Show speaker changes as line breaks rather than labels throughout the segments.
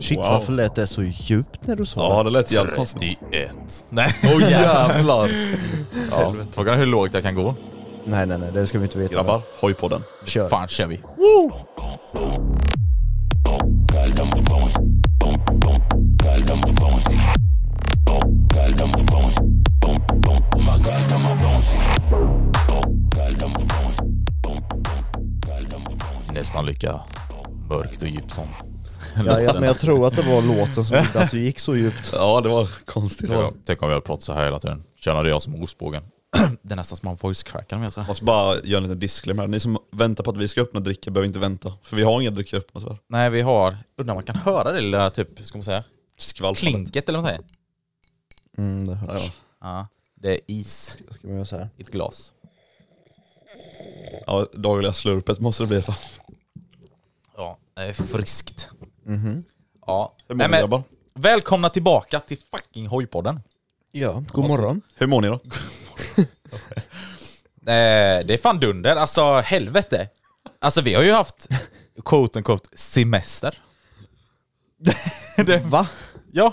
Shit
Wow.
varför lät det så djupt när du sa
Ja
det?
det lät jävligt konstigt.
31. Nej.
Åh jävlar!
Ja, frågan är hur lågt jag kan gå.
Nej nej nej, det ska vi inte veta.
Grabbar, hoj på den.
Kör.
Fan kör vi. Nästan lika mörkt och djupt som
Ja, ja, men jag tror att det var låten som gjorde att du gick så djupt.
Ja det var konstigt.
Tänk om- Tänk om vi hade pratat så här hela tiden. Tjena det är jag som är ostbågen. Det är nästan som man alltså. voice crackar om jag gör så här.
Måste bara göra en liten disclaimer här. Ni som väntar på att vi ska öppna dricka behöver inte vänta. För vi har inga drycker öppna tyvärr.
Nej vi har, undrar om man kan höra det lilla typ, hur ska man säga?
Skvalp.
Klinket eller vad man säger.
Mm, det
Ja,
hörs.
Ja, det är is
Ska man göra så här?
i ett glas.
Ja, dagliga slurpet måste det bli i alla fall.
Ja, det är friskt.
Mhm.
Ja.
Hur
Nej,
mår ni
men,
grabbar?
välkomna tillbaka till fucking hojpodden.
Ja, god
Måste-
morgon.
Alltså, Hur mår ni då?
Eh, det är fan dunder, alltså helvete. Alltså vi har ju haft quote unquote semester. det,
Va?
ja,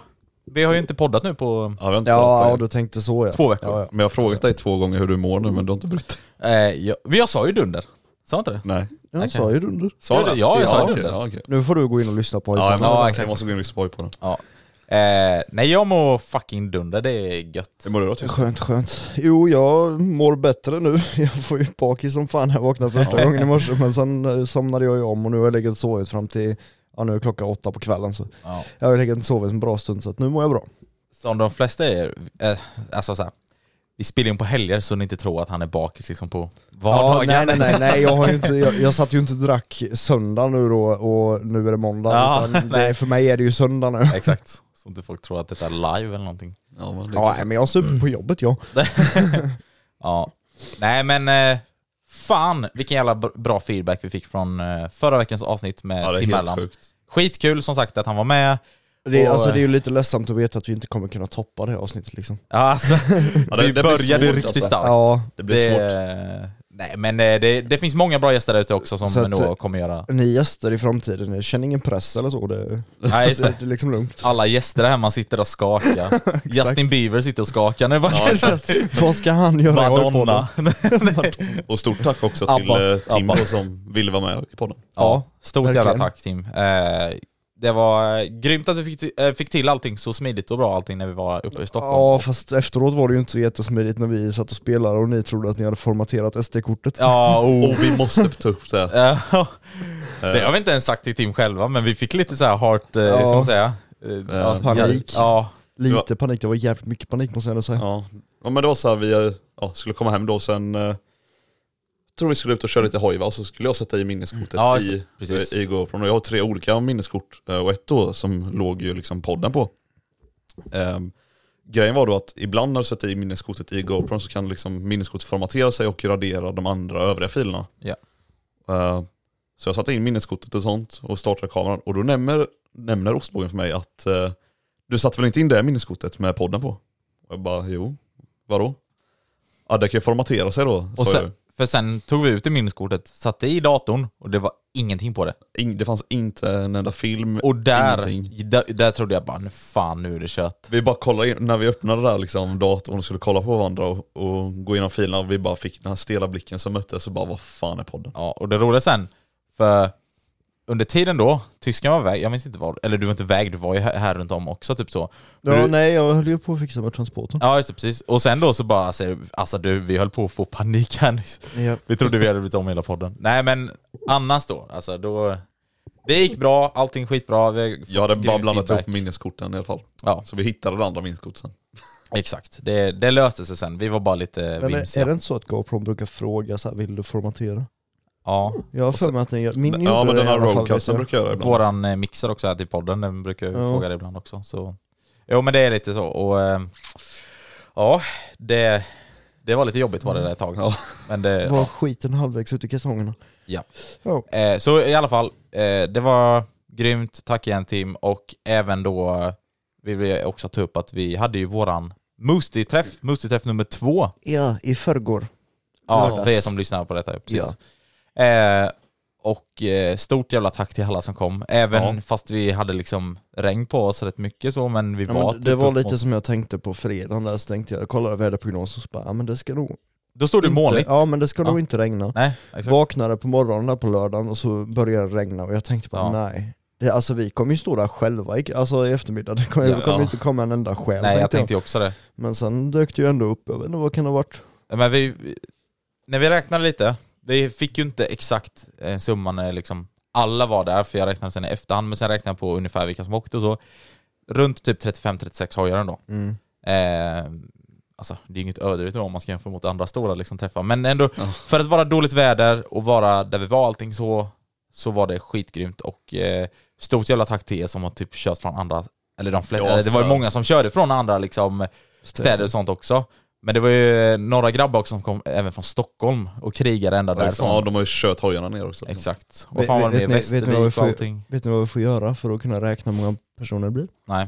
vi har ju inte poddat nu på...
Ja, vi har inte pratat
Ja,
om
ja,
det.
du tänkte så ja.
Två veckor.
Ja, ja.
Men jag har frågat dig två gånger hur du mår nu men du har inte brytt dig.
Eh, jag, men jag sa ju dunder. Sa jag inte det?
Nej.
Jag sa ju dunder.
Sa
Ja,
du?
det- ja, jag sa det.
okej, Ja, okej.
Nu får du gå in och lyssna på
Ja,
ja,
men, ja,
exakt.
Jag måste gå in och lyssna på hoj på den.
Ja. Eh, nej jag mår fucking dunder, det är gött.
Hur mår du då typ?
Skönt,
Tyskland?
skönt. Jo, jag mår bättre nu. Jag får ju bakis som fan. Jag vaknade första gången i morse, men sen eh, somnade jag ju om och nu har jag legat och sovit fram till, ja nu är klockan åtta på kvällen så
Ja.
jag har legat och sovit en bra stund så att nu mår jag bra.
Som de flesta är, eh, alltså såhär, vi spelar in på helger så ni inte tror att han är bakis liksom på vardagen.
nej, nej, nej, nej. Jag, har ju inte, jag, jag satt ju inte och drack söndag nu då och nu är det måndag.
Ja,
utan
nej.
det, för mig är det ju söndag nu.
Exakt. Så inte folk tror att detta är live eller någonting.
Ja, men det
Ja, nej, men jag super på jobbet jag.
Ja. Nej men, eh, fan vilken jävla br- bra feedback vi fick från eh, förra veckans avsnitt med
ja, det är
Tim
helt
Allan.
sjukt.
Skitkul som sagt att han var med.
Det, är-
Och,
alltså, det är
eh,
ju lite ledsamt att veta att vi inte kommer kunna toppa det här avsnittet liksom.
ja, alltså,
Ja, det-
vi
det blir
började
svårt,
riktigt
alltså.
starkt.
Ja,
Det blir svårt.
Nej men eh, det, det finns många bra gäster där ute också
Så
som
att-
nog kommer göra...
ni gäster i framtiden, jag känner ingen press eller så. Det,
Nej just det.
det är liksom lugnt.
Alla gäster här, man sitter och skakar. Justin Bieber sitter och skakar nu. Ja,
Vad ska han göra i
Madonna.
Och stort tack också till
Abba.
eh, Tim
Abba.
som ville vara med i podden.
Ja, stort jävla
verkligen.
tack Tim. Eh, det var eh, grymt att du fick, ti- eh, fick till allting så smidigt och bra allting när vi var uppe i Stockholm.
Ja fast efteråt var det ju inte så jättesmidigt när vi satt och spelade och ni trodde att ni hade formaterat SD-kortet.
Ja, oh.
Och vi måste ta upp det här.
Eh, det har vi inte ens sagt till Tim själva, men vi fick lite så här heart, eh,
Ja.
ska man säga? Eh, ja,
panik.
Ja,
Lite panik, det var jävligt mycket panik måste jag ändå säga.
Ja. ja men det var så här, vi eh, ja, skulle komma hem då sen eh, tror vi skulle ut och köra lite hoj va? och så skulle jag sätta i minneskortet
Ja, just det.
i,
Precis.
eh, i GoPro. Och jag har tre olika minneskort eh, och ett då som låg ju liksom podden på. Ehm, Grejen var då att ibland när du sätter i minneskortet i GoPro så kan liksom minneskortet formatera sig och radera de andra övriga filerna.
Ja.
Eh, så jag satte in minneskortet och sånt och startade kameran och då nämner, nämner ostbågen för mig att eh, du satte väl inte in det minneskortet med podden på? Och jag bara jo, vadå? Ja det kan ju formatera sig då,
Och
sa
sen,
jag.
för sen tog vi ut det minneskortet, satte i datorn och det var ingenting på det.
In, det fanns inte en enda film,
Och där,
ingenting.
där, där trodde jag bara, nu fan nu är det kött.
Vi bara kollade in, när vi öppnade där liksom datorn och skulle kolla på varandra och, och gå igenom filerna och vi bara fick den här stela blicken som möttes och bara vad fan är podden?
Ja, och det roliga sen, för under tiden då, tysken var väg, jag minns inte var, eller du var inte väg, du var ju här, här runt om också typ så. Men
Ja,
du,
nej, jag höll ju på att fixa med transporten.
ja just det, precis. Och sen då så bara, alltså, alltså du, vi höll på att få panik här nyss.
Ja.
Vi trodde vi hade blivit om hela podden. Nej men annars då, alltså då, det gick bra, allting skitbra. Vi har fått
Jag hade bara
grym
blandat
feedback.
ihop minneskorten i alla fall.
Ja,
Så vi hittade det andra minneskortet sen.
exakt. Det, det löste sig sen, vi var bara lite
Men eh, är,
vimsiga.
är det inte så att GoPro brukar fråga så här, vill du formatera?
Ja,
Jag har
Och sen-
för mig att den gör, min
ja
gjorde
men
det i
den här
alla fall, vet
roadcasten
jag.
brukar göra det ibland.
Våran eh, mixer också här till podden, den brukar ju
Ja.
fråga det ibland också. Så. Jo men det är lite så. Och, eh, ja, det, det var lite jobbigt var det där ett tag.
Ja.
Men det,
Var skiten halvvägs ut i kalsongerna.
ja.
Ja.
Eh, så i alla fall, eh, det var grymt. Tack igen Tim. Och även då eh, vill vi också ta upp att vi hade ju våran Moostie-träff, Moostie-träff nummer två.
Ja, i förrgår.
Ja,
Lördags.
för er som lyssnar på detta. Precis. Eh, och eh, stort jävla tack till alla som kom. Även
Ja.
fast vi hade liksom regn på oss rätt mycket så, men vi
Ja,
var
men
typ
det var
upp
lite
mot-
som jag tänkte på fredagen där, så tänkte jag, jag kollade väderprognosen och så bara, ja men det ska nog
Då stod det
inte,
molnigt.
Ja men det ska
Ja.
nog inte regna.
Nej, exakt.
Vaknade på morgonen där på lördagen och så började det regna och jag tänkte bara
Ja.
nej. Det, alltså vi kommer ju stå där själva i, alltså, i eftermiddag, det kommer,
Ja,
det kommer
ja.
inte komma en enda själ
Nej, jag tänkte ju också det.
Men sen dök det ju ändå upp, jag vet inte vad kan det ha varit?
Men vi, vi- när vi räknade lite, vi fick ju inte exakt eh, summan när liksom alla var där, för jag räknade sen i efterhand, men sen räknade jag på ungefär vilka som åkte och så. Runt typ 35-36 hojar ändå.
Mm.
Eh, alltså, det är inget ödrigt om man ska jämföra mot andra stora liksom, träffar. Men ändå,
Ja.
för att vara dåligt väder och vara där vi var och allting så, så var det skitgrymt. Och eh, stort jävla tack till er som har typ kört från andra, eller de flesta,
Ja,
eller det var ju
så-
många som körde från andra liksom, städer och sånt också. Men det var ju några grabbar också som kom även från Stockholm och krigade ända
Ja, liksom, ja
därifrån.
de har ju kört hojarna ner också. liksom.
Exakt. Och
Vet-
vad fan var det
vet
med
ni- vet ni vad vi
Västervik
får-
och allting?
Vet ni vad vi får göra för att kunna räkna hur många personer det blir?
Nej.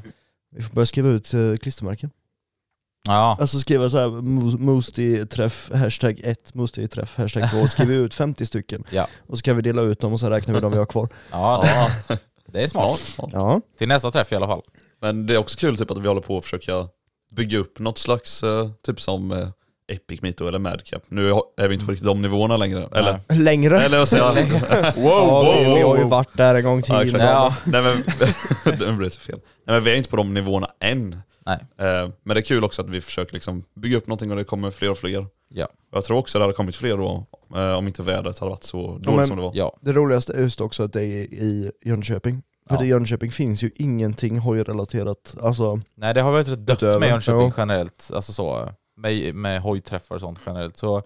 Vi får börja skriva ut eh, klistermärken.
Ja,
Alltså skriva såhär Moostie-träff, hashtag 1, Moostie-träff, hashtag 2, skriver ut 50 stycken.
Ja.
Och så kan vi dela ut dem och så räknar vi de vi har kvar.
ja det, är smart. det är smart.
Ja.
Ja.
Till nästa träff i alla fall.
Men det är också kul typ att vi håller på att försöka bygga upp något slags, eh, typ som eh, Epic Mito eller Madcap. Nu har- är vi inte på riktigt de nivåerna längre. Eller,
Nej.
Längre!
eller vad säger jag?
wow, ja, vi, vi har ju
wow.
varit där en gång till.
Ja, exakt.
innan.
Ja.
Nej men, det blev så fel. Nej men vi är inte på de nivåerna än.
Nej.
Eh, men det är kul också att vi försöker liksom bygga upp någonting och det kommer fler och fler.
Ja.
Jag tror också det hade kommit fler då, eh, om inte vädret hade varit så dåligt
men-
som det var.
Ja.
Det roligaste är just också att det är i Jönköping. För
Ja.
i Jönköping finns ju ingenting hojrelaterat. Alltså,
Nej det har varit rätt dött
Utöver,
med Jönköping
ja.
generellt, alltså så, med, med hojträffar och sånt generellt. Så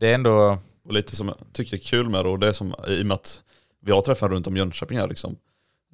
det är ändå,
Och lite som jag tycker är kul med det, och det är som, i och med att vi har träffat runt om Jönköping här liksom.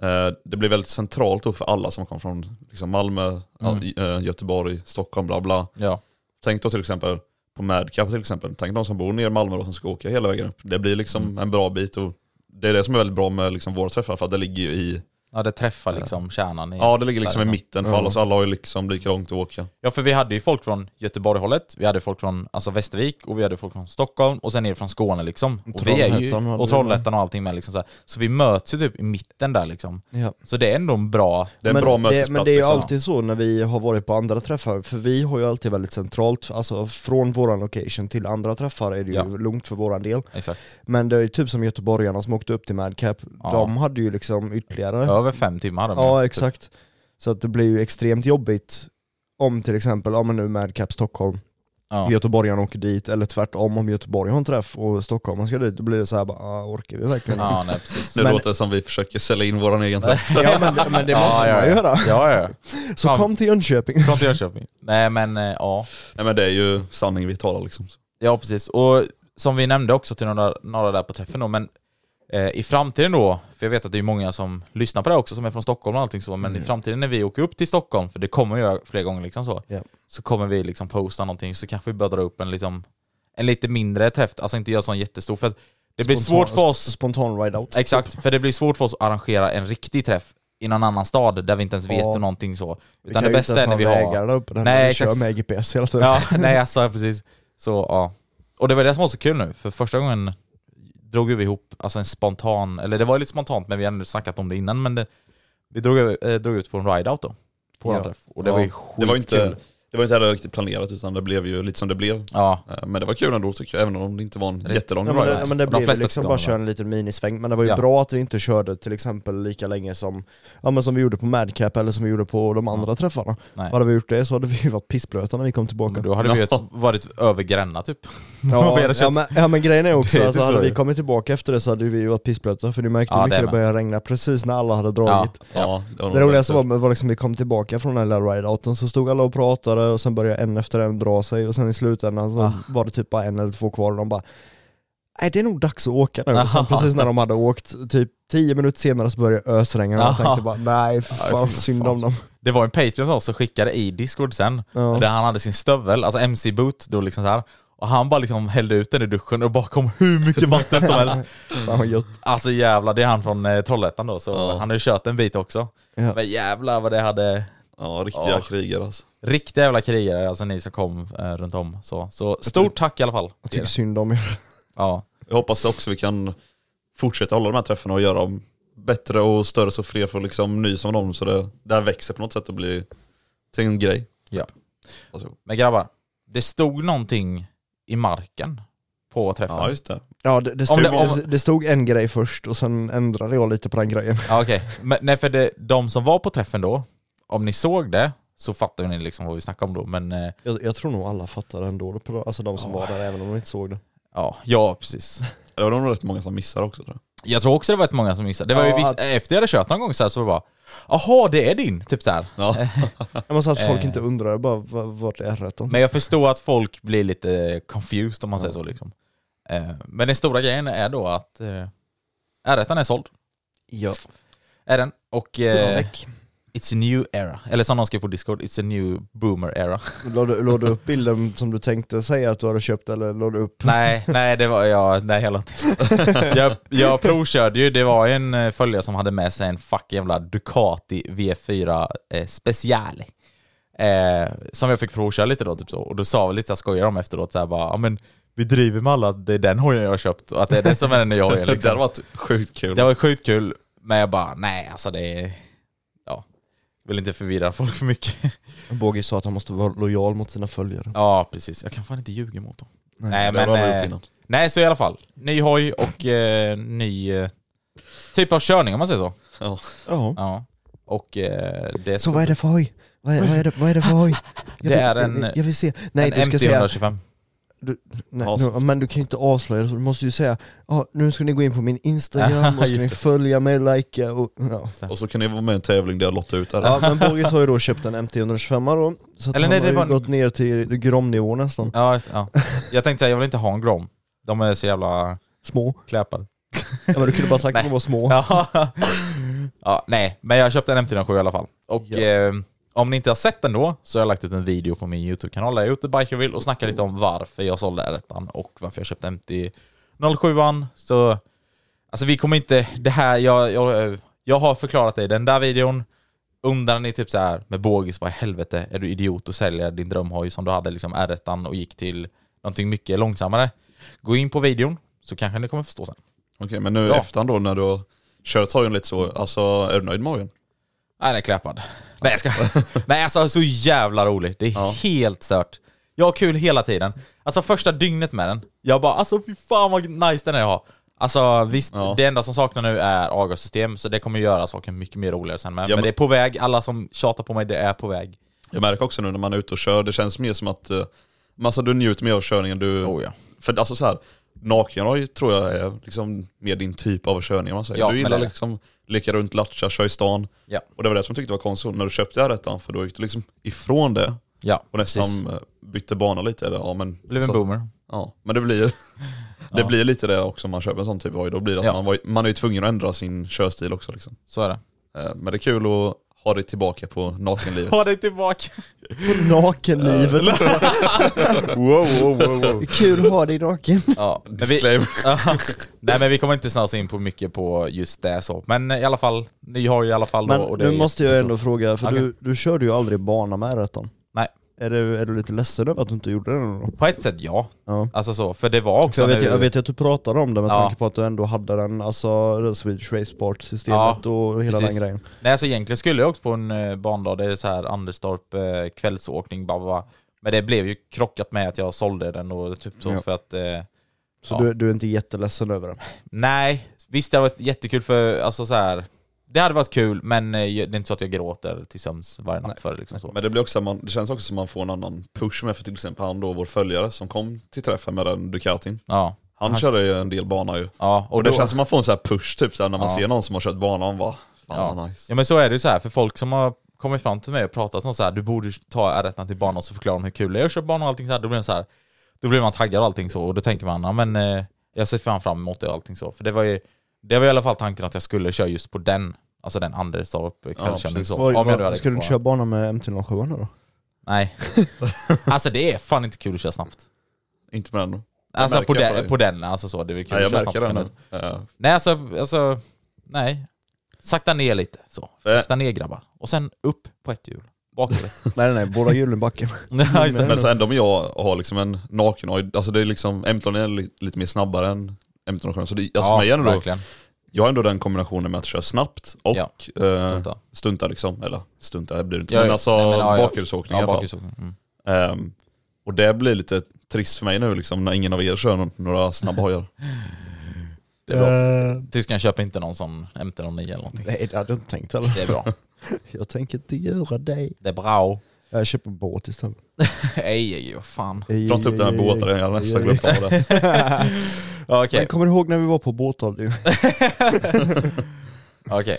eh, Det blir väldigt centralt då för alla som kom från liksom Malmö, ja,
Mm.
i- eh, Göteborg, Stockholm, bla bla.
ja.
Tänk då till exempel på Madcap till exempel. Tänk de som bor nere i Malmö då som ska åka hela vägen upp. Det blir liksom en bra bit och det är det som är väldigt bra med liksom våra träffar för att det ligger ju i,
Ja det träffar liksom kärnan i
ja det ligger liksom i
Sverige.
mitten för alla så alla har ju liksom lika långt att åka.
Ja för vi hade ju folk från Göteborg-hållet, vi hade folk från alltså, Västervik och vi hade folk från Stockholm och sen ner från Skåne liksom. Och, vi är ju,
Trollhättan hade
och
vi
Trollhättan och allting med liksom så, här. så vi möts ju typ i mitten där liksom.
ja.
Så det är ändå en bra,
Det är en
men,
bra
det,
mötesplats
men det är ju
liksom.
alltid så när vi har varit på andra träffar, för vi har ju alltid väldigt centralt, alltså från våran location till andra träffar är det ju
Ja.
lugnt för våran del.
exakt,
Men det är ju typ som göteborgarna som åkte upp till Madcap,
Ja.
de hade ju liksom ytterligare
över fem timmar hade de ju,
Ja
typ.
exakt. Så att det blir ju extremt jobbigt om till exempel, ja men nu Madcap Stockholm,
Ja.
göteborgarna åker dit, eller tvärtom om Göteborg har en träff och stockholmarna ska dit, då blir det så här bara, ah, orkar vi verkligen? Ja,
Ja nej precis.
Nu
men-
låter det som vi försöker sälja in våran egen träff.
men, men det måste
Ja, ja, ja.
man göra.
Ja ja,
Så
Fan.
kom till Jönköping.
från till Jönköping. Nej men eh, ja.
Nej men det är ju sanning vi talar liksom.
Ja precis, och som vi nämnde också till några, några där på träffen då, men Eh, I framtiden då, för jag vet att det är många som lyssnar på det här också som är från Stockholm och allting så, men
Mm.
i framtiden när vi åker upp till Stockholm, för det kommer jag göra fler gånger liksom så,
Ja.
så kommer vi liksom posta någonting så kanske vi bör dra upp en, liksom, en lite mindre träff, alltså inte göra sån jättestor för att det blir svårt för oss
Spontan ride-out.
Exakt, för det blir svårt för oss att arrangera en riktig träff i någon annan stad där vi inte ens vet
Ja.
någonting så.
Vi
Utan
kan
det
ju inte
bästa är
ens
när
ha
vi
vägar
har...
där uppe, där
Nej,
vi kör
exakt.
med GPS hela tiden.
Ja, nej jag sa precis. Så ja. Och det var det som var så kul nu, för första gången drog vi ihop alltså en spontan, eller det var lite spontant men vi hade snackat om det innan men det, vi drog, eh, drog ut på en ride-out då. På en
Ja.
träff. Och det
Ja,
var ju
Det var, inte,
skitkul.
det var inte heller riktigt planerat utan det blev ju lite som det blev.
Ja,
Eh, Men det var kul ändå tycker jag, även om det inte var en
Rätt-
jättelång
Ja men, det,
ride.
ja, men det
De
blev ju
flesta
liksom
tyckte
bara
om
köra
det.
en liten minisväng, men det var ju
Ja.
bra att vi inte körde till exempel lika länge som, ja, men som vi gjorde på Madcap eller som vi gjorde på de andra träffarna.
Mm. Nej.
Hade vi gjort det så hade vi ju varit pissblöta när vi kom tillbaka.
men då hade vi ju
Ja.
varit över Gränna typ. Vad
Ja,
vi hade
ja,
känt.
men, ja men grejen är också
Det är
att
typ
hade
så.
vi kommit tillbaka efter det så hade vi ju varit pissblöta för du märkte hur
Ja, det
mycket
är
det
med.
började regna precis när alla hade
Ja,
dragit.
Ja, det var nog
Det roligaste
rätt.
var, var liksom vi kom tillbaka från den där lilla rideouten så stod alla och pratade och sen började en efter en dra sig och sen i slutändan så
Ah.
var det typ bara en eller två kvar och de bara Nej det är nog dags att åka nu. Och
Aha.
sen precis när de hade åkt, typ 10 minuter senare så började det ösregna och jag
Aha.
tänkte bara nej för
Ja,
fan
fy
synd
fan.
om dem.
Det var en Patreon som också skickade i Discord sen,
Ja.
där han hade sin stövel, alltså MC-boot då liksom så här. Och han bara liksom hällde ut den i duschen och bara kom hur mycket vatten som helst.
Fan vad gött.
Alltså jävlar, det är han från eh, Trollhättan då, så han har ju kört en bit också.
Ja.
Men jävlar vad det hade...
Ja, riktiga
Ja.
krigare alltså.
Riktiga jävla krigare, alltså ni som kom eh, runt om. Så, så stort tack i alla fall.
Jag tycker synd om er.
Ja,
Jag hoppas också vi kan fortsätta hålla de här träffarna och göra dem bättre och större så fler får liksom nys om dem så det, det här växer på något sätt och blir till en grej.
Ja.
Alltså,
men grabbar. Det stod någonting i marken på träffen.
ja just det.
Ja det, det,
Om
stod,
det-
det,
om-
det stod en grej först och sen ändrade jag lite på den grejen.
Ja, okej. Men, nej, för det, de som var på träffen då, om ni såg det så fattar ni liksom vad vi snackar om då. Men eh,
Jag, jag tror nog alla fattade ändå, på- alltså de som var där även om de inte såg det.
ja, ja precis.
Det var nog rätt många som missar också tror jag.
Jag tror också det var rätt många som missade. Det var
Ja,
ju viss,
att-
Efter jag hade kört någon gång så, här, så var det bara Jaha, det är din! Typ så här.
Ja.
Ja, men så att folk
Eh.
inte undrar bara "Va- vart är rätten?
Men jag förstår att folk blir lite confused om man säger så liksom. Eh, Men den stora grejen är då att eh, R1 är såld.
Ja.
Är den. Och eh, it's a new era. Eller som någon skrev på Discord, it's a new boomer era.
Lade du la du upp bilden som du tänkte säga att du hade köpt eller lade du upp?
nej, nej det var jag, nej jag la inte. jag, jag provkörde ju, det var en eh, följare som hade med sig en fucking jävla Ducati V4 eh, special. Eh, som jag fick provköra lite då, typ så. Och då sa vi lite, jag skojar om efteråt, så här, bara, ja men vi driver med alla, det är den hojen jag har köpt och att det är det som är den nya hojen.
Det hade
Liksom.
varit sjukt kul.
Det var sjukt kul, men jag bara, nej alltså det är, ja, vill inte förvirra folk för mycket.
Båge sa att han måste vara lojal mot sina följare.
ja precis, jag kan fan inte ljuga mot dem. Nej,
det har
men...
vi gjort
eh,
innan.
Nej, så i alla fall. Ny hoj och eh, ny eh, typ av körning om man säger så.
Ja.
Ja.
Ja. Och eh, det...
Så vad är det för hoj? Vad är, vad är, det, vad är det för hoj? Jag
Det
vill-
är en-
Jag, jag vill se. Nej,
en
du ska säga...
MT-125.
Du, nej,
Ja,
nu, men du kan ju inte avslöja det, så du måste ju säga ja, nu ska ni gå in på min Instagram och ska
Just
ni
det.
följa mig, likea och... Ja.
Och så kan ni vara med i en tävling där jag lottar ut
Ja,
här.
men Borgis har ju då köpt en MT-125 då, så att
Eller
han
nej,
har
det
ju
var en-
gått ner till gromnivå nästan.
Ja, just, ja. Jag tänkte säga, jag vill inte ha en Grom. De är så jävla
Små.
kläpade.
Ja, men du kunde bara sagt att de var små.
Ja. ja, nej, men jag köpte en MT-07 i alla fall. Och
Ja.
eh, om ni inte har sett den då, så har jag lagt ut en video på min YouTube-kanal där jag är ute Bikerville och snackar lite om varför jag sålde R1 och varför jag köpte MT-07. Så, alltså vi kommer inte, det här, jag, jag, jag har förklarat det i den där videon. Undrar ni typ så här med bågis, vad i helvete är du idiot och säljer din drömhoj som du hade liksom R1 och gick till någonting mycket långsammare? Gå in på videon så kanske ni kommer förstå sen.
Okej, men nu i
Ja.
efterhand då när du har kört hojen lite så, alltså är du nöjd med hojen?
Nej, den är kläpad. Nej, jag ska. Nej, alltså så jävla rolig. Det är helt stört. Jag har kul hela tiden. Alltså första dygnet med den, jag bara alltså fy fan vad nice den är jag har. Alltså visst,
Ja.
det enda som saknar nu är avgassystem, så det kommer göra saken mycket mer roligare sen med.
Ja,
men,
men-
det är på väg, alla som tjatar på mig, det är på väg.
Jag märker också nu när man är ute och kör, det känns mer som att eh, men alltså, du njuter mer av körningen. Du,
Oh, ja.
För alltså så här, nakenhoj tror jag är liksom mer din typ av körning om man säger.
Ja,
du
men
gillar
det är det.
liksom leka runt, latcha, köra i stan.
Ja.
Och det var det som jag tyckte var konstigt när du köpte r för då gick du liksom ifrån det
Ja,
och nästan eh, bytte bana lite. Eller, ja, men,
Blev en
så-
boomer.
Ja, men det blir... Det
Ja.
blir lite det också om man köper en sån typ av hoj. Då blir det att
Ja.
man, var, man är ju tvungen att ändra sin körstil också. Liksom.
Så är det.
Eh, Men det är kul att ha det tillbaka på nakenlivet.
Ha dig tillbaka.
Nakenlivet. wow, wow, wow, wow. Kul att ha dig naken.
Ja, men vi,
Disclaimer.
nej men vi kommer inte snart in på mycket på just det så. Men i alla fall, ni har ju i alla fall då.
Men
och det
nu
är-
måste jag ändå fråga, för
Okej.
du, du körde ju aldrig bana med R1.
Nej.
Är du, är du lite ledsen över att du inte gjorde det då?
På ett sätt ja.
Ja.
Alltså så, för det var också
Jag vet,
nu-
ju- jag vet ju att du pratade om det med
Ja.
tanke på att du ändå hade den, alltså det Swedish Raceport systemet
Ja,
och hela
precis.
den grejen.
Nej alltså egentligen skulle jag åkt på en eh, bandag, det är så här Anderstorp eh, kvällsåkning, bla, bla, bla. Men det blev ju krockat med att jag sålde den och typ så
Ja.
för att eh,
Så
Ja.
du, du är inte jätteledsen över den.
Nej, visst det hade varit jättekul för, alltså så här. Det hade varit kul men eh, det är inte så att jag gråter till sömns varje natt för det liksom så.
Men det, blir också, att man, det känns också som man får en annan push med för till exempel han då, vår följare som kom till träffen med den Ducatin.
Ja,
Han,
Han-
körde ju en del bana ju.
ja.
Och
Och
det
då,
känns som man får en sån här push typ så här, när man
Ja.
ser någon som har kört bana, man bara fan vad nice.
Ja men så är det ju så här för folk som har kommit fram till mig och pratat om så här, du borde ta r till banan och så förklarar de hur kul det är att köra banan och allting så här, då blir man så här, då blir man taggad och allting så och då tänker man, ja men eh, jag ser fan fram emot det och allting så. För det var ju, det var i alla fall tanken att jag skulle köra just på den, alltså den Anderstorp kvällskörning
precis.
så.
Vad-
Om jag nu
vad-
hade
Ska du inte
kvar-
köra bana med MT-07 nu då?
Nej. alltså det är fan inte kul att köra snabbt.
Inte med den.
Alltså
märker
på,
jag
den
på dig.
på den, alltså så, det är väl kul
Nej, jag
att köra
märker
snabbt.
den
men
nu.
alltså-
Eh,
Nej alltså, alltså, nej. Sakta ner lite så.
Äh.
Sakta ner grabbar. Och sen upp på ett hjul. Bakåt.
Nej nej nej, båda hjulen i backen.
ja, just det.
Men så ändå om jag har liksom en naken alltså det är liksom, M12 är li- lite mer snabbare än M12 Så det, alltså för mig är det ändå,
verkligen.
jag har ändå den kombinationen med att köra snabbt och
Ja,
eh,
Stunta.
stunta liksom, eller stunta det blir det inte,
Ja,
men
ja.
alltså
Nej, men, ja, ja.
bakhjulsåkning
Ja,
i alla fall.
bakhjulsåkning. Mm.
Ehm, och det blir lite trist för mig nu liksom, när ingen av er kör no- några snabba hojar.
Det är bra. Tyskan köper inte någon sån MT-09 eller någonting.
Eh, Nej det hade jag inte tänkt heller.
Det är bra.
Jag tänker inte göra dig.
Det är bra.
Jag köper båt istället.
Ej, ej, vad fan.
Dra inte upp den här båten, jag hade nästan glömt av det.
Okej,
Men kommer du ihåg när vi var på båtavdelningen?
okej.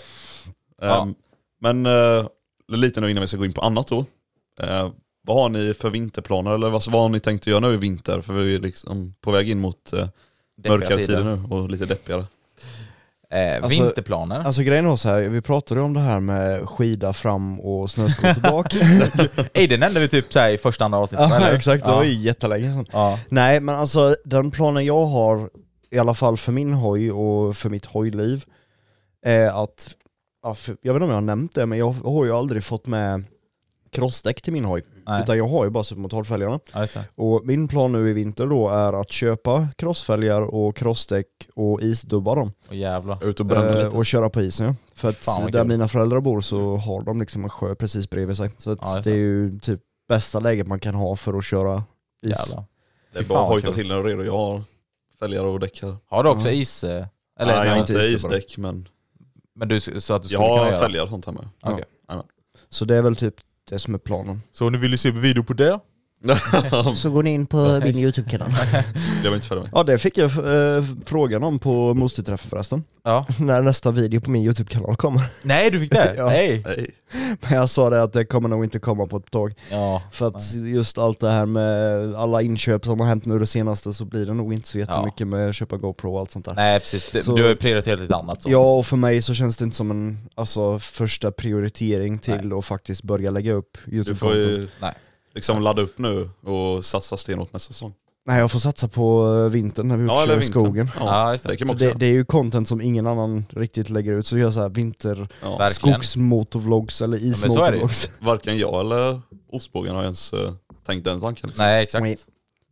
Ehm, Men eh, lite nu innan vi ska gå in på annat då. Eh, vad har ni för vinterplaner eller vad, vad har ni tänkt att göra nu i vinter? För vi är liksom på väg in mot eh,
Deppiga
mörkare tider. nu och lite deppigare.
Eh,
Alltså-
vinterplaner.
Alltså grejen var så här, vi pratade ju om det här med skida fram och snöskoter bak.
Ej, det nämnde vi typ såhär i första, andra avsnittet.
ja
eller?
exakt, det
Ja.
var ju jättelänge sedan.
Ja.
Nej men alltså den planen jag har, i alla fall för min hoj och för mitt hojliv, är att, ja, för, jag vet inte om jag har nämnt det, men jag har ju aldrig fått med crossdäck till min hoj.
Nej.
Utan jag har ju bara supermotorfälgarna.
ja, just det.
Och min plan nu i vinter då är att köpa crossfälgar och crossdäck och isdubba dem.
Åh jävlar.
Ut och bränna
Eh,
lite.
och köra på isen ja. För att
Fan, vad
där
kul.
mina föräldrar bor så har de liksom en sjö precis bredvid sig. Så att
Ja, just
det är
det.
ju typ bästa läget man kan ha för att köra is.
Jävlar.
Det är
fy
bara
fan vad
att hojta
kul.
till när du är redo. Jag har fälgar och däck här.
Har du också
Ja.
is? eh, Eller
Eller, Nej, jag har
så-
inte
inte is bara.
isdäck men
Men du s- sa att du
jag
skulle kunna
har
göra?
fälgar och sånt här med.
Okej.
Så det är väl typ det som är planen.
Så om ni vill se video på det?
Så går ni in på min YouTube-kanal.
det var inte fälgar med.
Ja det fick jag eh, frågan om på Mosti-träffen förresten.
Ja.
När nästa video på min YouTube-kanal kommer.
Nej du fick det?
Ja.
Nej!
Nej.
Men jag sa det att det kommer nog inte komma på ett tag.
Ja.
För att just allt det här med alla inköp som har hänt nu det senaste så blir det nog inte så jättemycket med att köpa GoPro och allt sånt där.
Nej precis, Det-
Så-
du har ju prioriterat lite annat så.
Ja och för mig så känns det inte som en alltså, första prioritering till att faktiskt börja lägga upp
Du får
YouTube-content.
ju
Nej.
liksom ladda upp nu och satsa stenhårt nästa säsong.
Nej jag får satsa på eh, vintern när vi
Ja,
kör
eller
i
vintern.
skogen.
Ja,
Ja, just det.
det kan man
För
också
det,
göra.
det är ju content som ingen annan riktigt lägger ut, så jag gör såhär vinter
ja.
Verkligen.
skogsmotorvlogs eller
men så är det ju.
ismotorvlogs.
Varken jag eller ostbågen har ens eh, tänkt den tanken. Liksom.
Nej exakt.
Nej.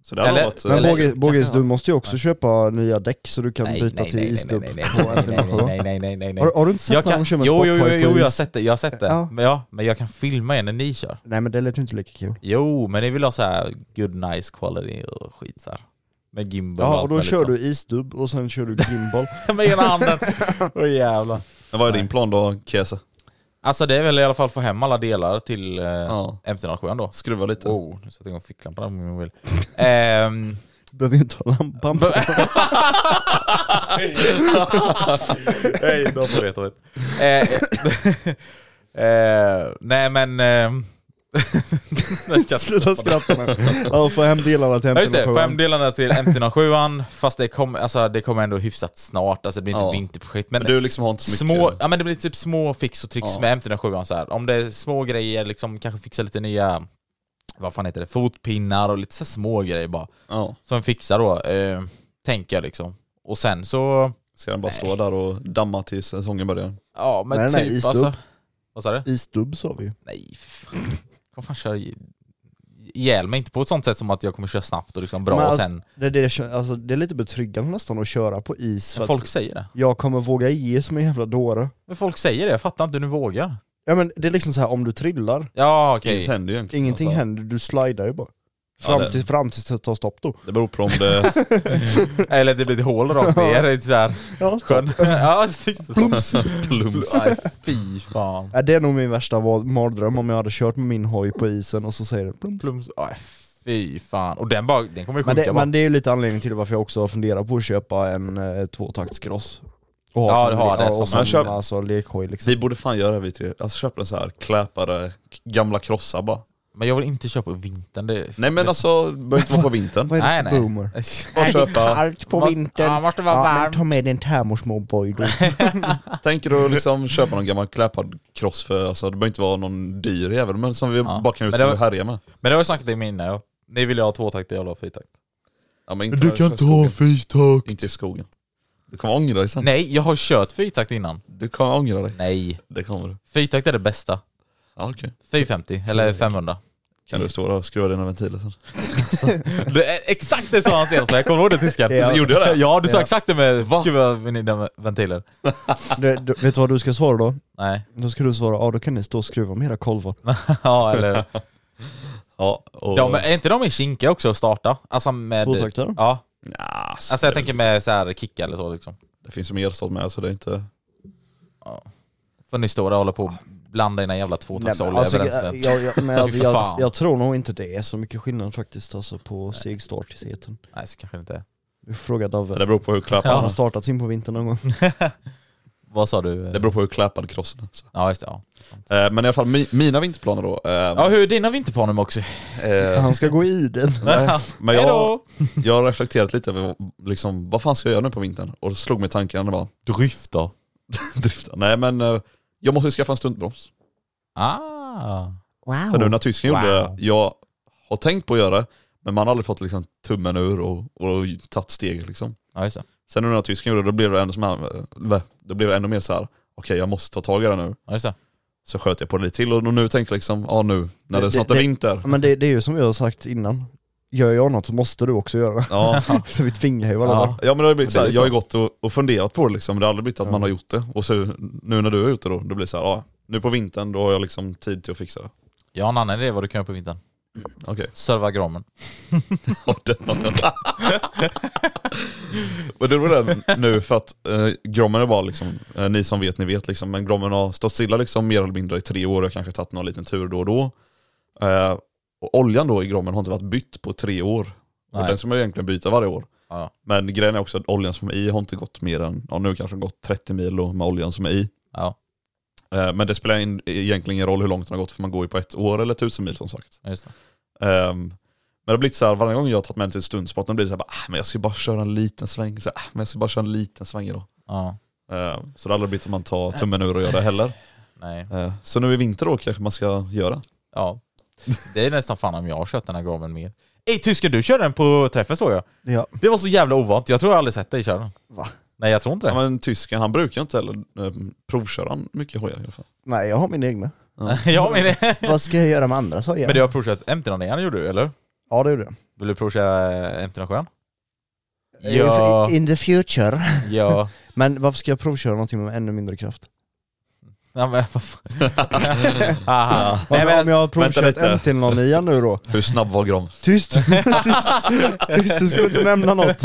Så det hade
Eller-
varit... eh,
Men
Eller-
Bogis, Bogis, du måste ju också
Ja.
köpa nya däck så du kan
Nej,
byta
nej,
till
nej, nej,
isdubb.
nej,
på
nej, nej, nej,
1,7.
nej, nej, nej, nej, nej.
Har, har du inte sett
Jag
när de
kan,
kör
jo,
med
jo, jo,
spotpipe
jo,
på
jag har
is?
sett det, jag har sett det.
Ja.
Men, ja, men jag kan filma er när ni kör.
Nej men det lät ju inte lika kul.
Jo, men ni vill ha så här good nice quality och skit så här. Med gimbal
Ja
allt
och då
möjligt
kör
sånt.
du isdubb och sen kör du gimbal.
med ena handen. Åh jävlar.
Men vad är din plan då, Kese?
Alltså det är väl i alla fall få hem alla delar till eh,
Ja.
MT-07 då.
Skruva lite.
Wow, nu sätter jag igång ficklampan på min mobil. Ehm,
Behöver ju inte ha lampan på.
Nej, de får veta det. Eh, eh, nej men, eh,
Sluta skratta nu. Ja, få hem delarna till
Ja just det,
MT-07.
femdelarna till MT-07, fast det kommer alltså, det kommer ändå hyfsat snart, alltså det blir inte
Ja.
vinterprojekt.
Men
Men
du liksom har inte så mycket...
små, ja, men det blir typ små fix och tricks
Ja.
med MT-07 så här. Om det är små grejer, liksom kanske fixa lite nya, vad fan heter det, fotpinnar och lite så här små grejer bara.
Ja,
Som fixar då, eh, tänker jag liksom. Och sen så,
ska den bara
Nej.
stå där och damma tills säsongen börjar.
ja men
Men den är
typ
isdubb.
alltså. Vad sa du?
Isdubb sa vi ju.
Nej, för fan. Kom fan köra i- ihjäl mig, inte på ett sånt sätt som att jag kommer köra snabbt och liksom bra
Men
och
alltså,
sen,
Det, är det, jag känner- alltså, det är lite betryggande nästan att köra på is för
folk
att
säger det.
jag kommer våga ge som en jävla dåre.
Men folk säger det, jag fattar inte hur ni vågar.
Ja men det är liksom så här om du trillar,
Ja okej.
Inget händer ju egentligen.
ingenting
Alltså,
händer, du slidar ju bara. Fram,
det-
till, fram tills det tar stopp då.
Det beror på om det...
Eller det blir ett hål rakt ner, det är såhär
Ja, så.
skön. ja, precis.
Plums.
Plums.
Nej fy fan.
Ja, det är nog min värsta val- mardröm om jag hade kört med min hoj på isen och så säger det plums.
Plums. Nej fy fan. Och den, bara, den kommer ju
Men
sjunka
det,
bara.
men det är ju lite anledningen till varför jag också funderar på att köpa en eh, tvåtaktskross. Och ha
Ja,
som-
du har det
ja,
som
och
en-
som
Kör-
alltså, lekhoj liksom.
Vi borde fan göra det vi tre. Alltså köpa en så här kläpare, k- gamla krossar bara.
Men jag vill inte köpa på vintern. Det är
Nej men alltså, det behöver inte vara på vintern.
Vad är
Nej,
det
nej.
för boomer?
Bara köpa.
Allt på
Måste-
vintern.
ja, måste vara
men
varmt.
ta med din termosmoboy då.
Tänker du liksom köpa någon gammal kläpad kross för, alltså det behöver inte vara någon dyr jävel men som vi
Ja.
bara kan ut
Men det var-
och härja med.
Men det har jag snackat om innan ja. Ni vill ju ha tvåtakt, jag vill ha fyrtakt.
Ja, men inte du kan inte ha fyrtakt! Inte i skogen. Du kommer ångra dig sen.
Nej, jag har kört fyrtakt innan.
Du kommer ångra dig.
Nej.
Det kommer du.
Fyrtakt är det bästa.
Ja okej.
450 eller 500.
Kan du stå där och skruva dina ventiler sen?
Det är eh, exakt det sa han senast, jag kommer ihåg det tyskan.
Ja.
Så Gjorde jag det? Ja, du sa
Ja.
exakt det med skruva med dina ventiler.
du, du, vet du vad du ska svara då?
Nej.
Då ska du svara, ja då kan ni stå och skruva med era kolvar.
Ja, eller...
Ja, och...
De, är inte de är kinkiga också att starta? Alltså med...
Tvåtaktare?
Ja.
Nja, alltså,
Alltså jag
det,
tänker med så här kickar eller så liksom.
det finns ju mer sånt med så det är inte...
För ni står där och håller på och blandar dina jävla tvåtaktsolja i
alltså,
bränslet.
jag, jag, jag, men jag,
Fy
jag,
fan.
jag tror nog inte det är så mycket skillnad faktiskt alltså, på segstartigheten.
Nej, så kanske det inte är.
Vi får fråga Davve.
Det beror på hur kläpad...
Han har startat sin på vintern någon gång.
Vad sa du?
Det beror på hur kläpad krossen är. Så.
Ja, just det. Ja,
Eh, men i alla fall mi, mina vinterplaner då. Eh,
ja hur är dina vinterplaner också?
eh,
Han ska gå i den.
men jag-
Hejdå!
jag har reflekterat lite över liksom, vad fan ska jag göra nu på vintern? Och då slog mig tanken bara,
Drifta.
drifta. Nej men eh, jag måste ju skaffa en stuntbroms.
Ah.
För nu
Wow.
när tysken gjorde
Wow.
det, jag har tänkt på att göra det, men man har aldrig fått liksom, tummen ur och, och tagit steget liksom.
Ja, just det.
Sen nu när tysken gjorde det, då blev det ändå, som här, nej, då blev det ändå mer så här. okej jag måste ta tag i det nu.
Ja, just det.
Så sköt jag på det lite till och nu tänker jag liksom, ja nu, när det,
Det-
snart
det-
är
det-
vinter.
Men det, det är ju som jag har sagt innan. Gör jag något så måste du också göra det.
Ja.
så vi tvingar ju varandra.
Ja.
Ja men det har blivit
Men det
såhär,
är
jag har
så.
ju gått och, och funderat på det liksom, det har aldrig blivit att
Ja.
man har gjort det. Och så nu när du är ute då, då blir det såhär, ja nu på vintern då har jag liksom tid till att fixa det.
Jag har en annan idé vad du kan göra på vintern.
Okej.
Serva Grommen.
Men det var det nu för att eh, Grommen var liksom, eh, ni som vet ni vet liksom, men Grommen har stått stilla liksom mer eller mindre i tre år och kanske tagit någon liten tur då och då. Eh, och oljan då i Grommen har inte varit bytt på tre år. Och
Nej.
den ska man ju egentligen byta varje år.
Ja.
Men grejen är också att oljan som är i har inte gått mer än, ja nu kanske den gått 30 mil då med oljan som är i.
Ja,
Eh, Men det spelar in, egentligen ingen roll hur långt den har gått för man går ju på ett år eller tusen mil som sagt.
just det.
Ehm, men det har blivit så här, varje gång jag har tagit med den till stundspotten blir det så här, bara, ah, men jag ska bara köra en liten sväng. Så, här, ah, men jag ska bara köra en liten sväng idag.
Ja.
Ehm, så det har aldrig blivit att man tar tummen ur och gör det heller.
Nej.
Ehm, så nu i vinter då kanske man ska göra.
Ja. Det är nästan fan om jag har kört den här Grommen mer. Ey tysken, du körde den på träffen såg jag.
Ja.
Det var så jävla ovant. Jag tror jag aldrig sett dig köra den.
Va?
Nej, jag tror inte
Ja,
det.
men tysken han brukar inte heller ehm, provköra han mycket hojar i alla fall.
Nej, jag har min egna.
ja, men, det-
Vad ska jag göra med andra sa jag?
men du har provkört MT-09 gjorde du, eller?
Ja det gjorde jag.
Vill du provköra eh, MT-07?
Eh,
Ja.
In the future.
Ja.
Men varför ska jag provköra någonting med ännu mindre kraft?
ja men, vad fan. Aha. Nej,
om, jag, om
men,
jag har provkört
vänta lite.
MT-09 nu då?
Hur snabb var Grom?
Tyst! Tyst! Tyst, du skulle inte nämna något.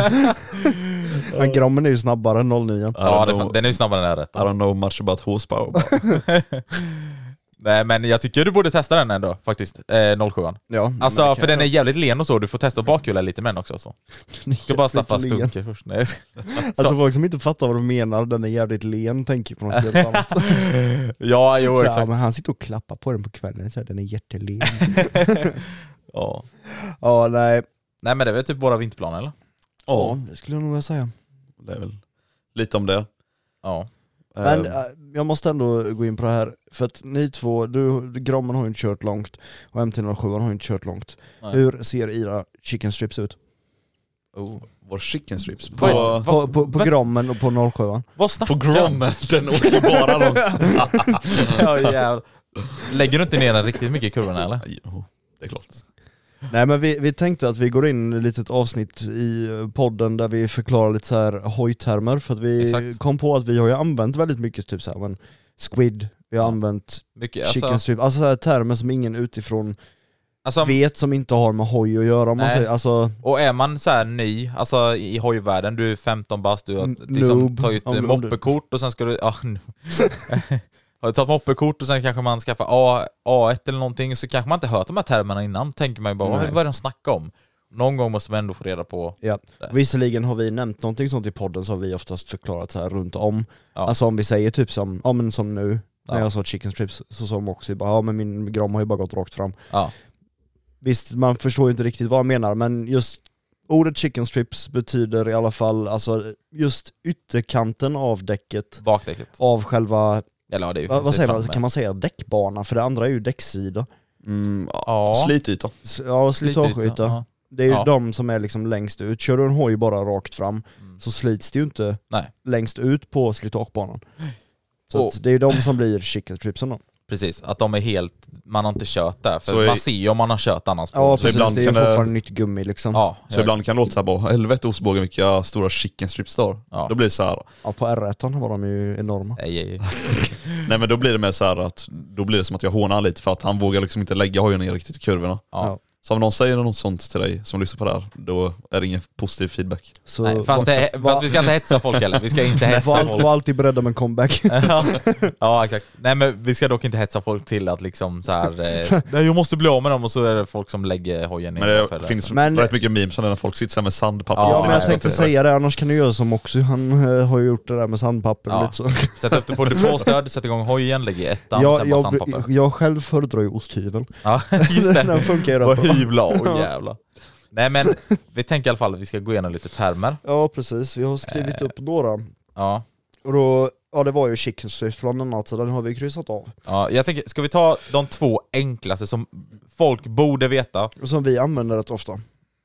Men Grommen är ju snabbare än 09.
I don't
ja, det, är
know-
fan- den är ju snabbare än
I
R1.
don't know much about horsepower. but-
Nej, Men jag tycker du borde testa den ändå faktiskt, eh, 07
Ja,
Alltså för den är jävligt len och så, du får testa att bakhjula lite med den också. Så. Ska bara staffa stunker först. Nej.
Alltså
Så.
folk som inte fattar vad de menar, den är jävligt len tänker på något helt annat.
Ja, jo
Så, ja,
exakt.
men han sitter och klappar på den på kvällen, så här, den är jättelen.
Ja.
ja nej,
Nej men det är väl typ våra vinterplaner eller?
ja, det skulle jag nog vilja säga.
oh, det är väl lite om det.
Ja.
Men
Eh,
eh, jag måste ändå gå in på det här, för att ni två, du, Grommen har ju inte kört långt och MT-07 har ju inte kört långt.
Nej.
Hur ser era chicken strips ut?
Oh.
vår chicken strips på,
Vad-
på,
vad-
På, på, på
va-
Grommen och på 07
Vad snackar
Grommen, den åker ju bara långt.
Ja, jävlar. Lägger du inte ner den riktigt mycket i kurvorna eller?
Jo, det är klart.
Nej men vi, vi tänkte att vi går in i ett litet avsnitt i eh, podden där vi förklarar lite så här hojtermer för att vi
Exakt.
kom på att vi har ju använt väldigt mycket typ så här, men squid, vi har
Ja.
använt
Mycket,
chicken
alltså,
strip, alltså så här, termer som ingen utifrån
alltså,
vet som inte har med hoj att göra om man
Nej.
säger, alltså
och är man så här ny, alltså i i hojvärlden, du är 15 bast, du har
Mm,
liksom,
noob.
tagit
Om du-
eh,
om du-
moppekort och sen ska du, ja, nu. har du tagit moppekort och sen kanske man skaffar A, A1 eller någonting så kanske man inte hört de här termerna innan, tänker man ju bara, vad
Nej.
vad är det de snackar om? Någon gång måste man ändå få reda på,
Ja.
Där.
Visserligen har vi nämnt någonting sånt i podden så har vi oftast förklarat så här runt om.
Ja.
Alltså om vi säger typ som, ja men som nu,
Ja.
när jag sa chicken strips så sa Moxie bara ja men min gram har ju bara gått rakt fram.
ja,
Visst, man förstår ju inte riktigt vad han menar men just ordet chicken strips betyder i alla fall alltså just ytterkanten av däcket
bakdäcket.
av själva,
Eller ja, det är ju
vad, vad säger man,
framme.
kan man säga däckbana? För det andra är ju däcksida.
Mm,
Ja.
Slityta.
S- Ja, slitageyta.
ja.
Det är ju
Ja.
de som är liksom längst ut. Kör du en hoj bara rakt fram
Mm.
så slits det ju inte
Nej.
längst ut på slitagebanan. Så
Och-
att det är ju de som blir chicken stripsen då.
Precis, att de är helt, man har inte kört där, för
Så är-
man ser ju om man har kört annars på.
Ja
Så
precis,
ibland
det är ju
kan det-
fortfarande nytt gummi liksom. Ja.
ja,
Så ibland kan det låta såhär bara, helvete ostbågen vilka stora chicken strips du har.
Ja.
Då blir det såhär,
på R1 var de ju enorma.
Nej, nej, nej.
nej men då blir det mer såhär att, då blir det som att jag hånar han lite för att han vågar liksom inte lägga hojen ner riktigt i kurvorna.
Ja.
Ja.
Så om någon säger något sånt till dig som lyssnar på det här, då är det ingen positiv feedback.
Så
Nej, fast, det,
va-
fast vi ska inte hetsa folk heller, vi ska inte
var,
hetsa
all,
folk.
var alltid beredda med en comeback.
Ja, ja exakt. Nej men vi ska dock inte hetsa folk till att liksom så här, eh, nej jag måste bli av med dem och så är det folk som lägger hojen
Men
ner.
det
för
finns
Men-
rätt mycket memes om det när folk sitter så här med sandpapper.
Ja,
Ja, men
och typ
jag
nej,
tänkte
exakt.
säga det, annars kan du göra som Moxie, han eh, har ju gjort det där med sandpapper och
Ja.
lite så.
Sätt upp det på depåstöd, sätt igång hojen, lägg i ettan,
Jag,
sen bara
jag,
sandpapper.
jag själv föredrar ju osthyveln.
Ja, just
Den
det.
funkar ju
Och
rätt bra.
hyvla, och jävla. Nej men vi tänker i alla fall att vi ska gå igenom lite termer.
Ja precis, vi har
Eh.
skrivit upp några.
Ja.
Och då, ja det var ju chicken strips bland annat, så den har vi kryssat av.
Ja, jag tänker, ska vi ta de två enklaste som folk borde veta?
Och Som vi använder rätt ofta.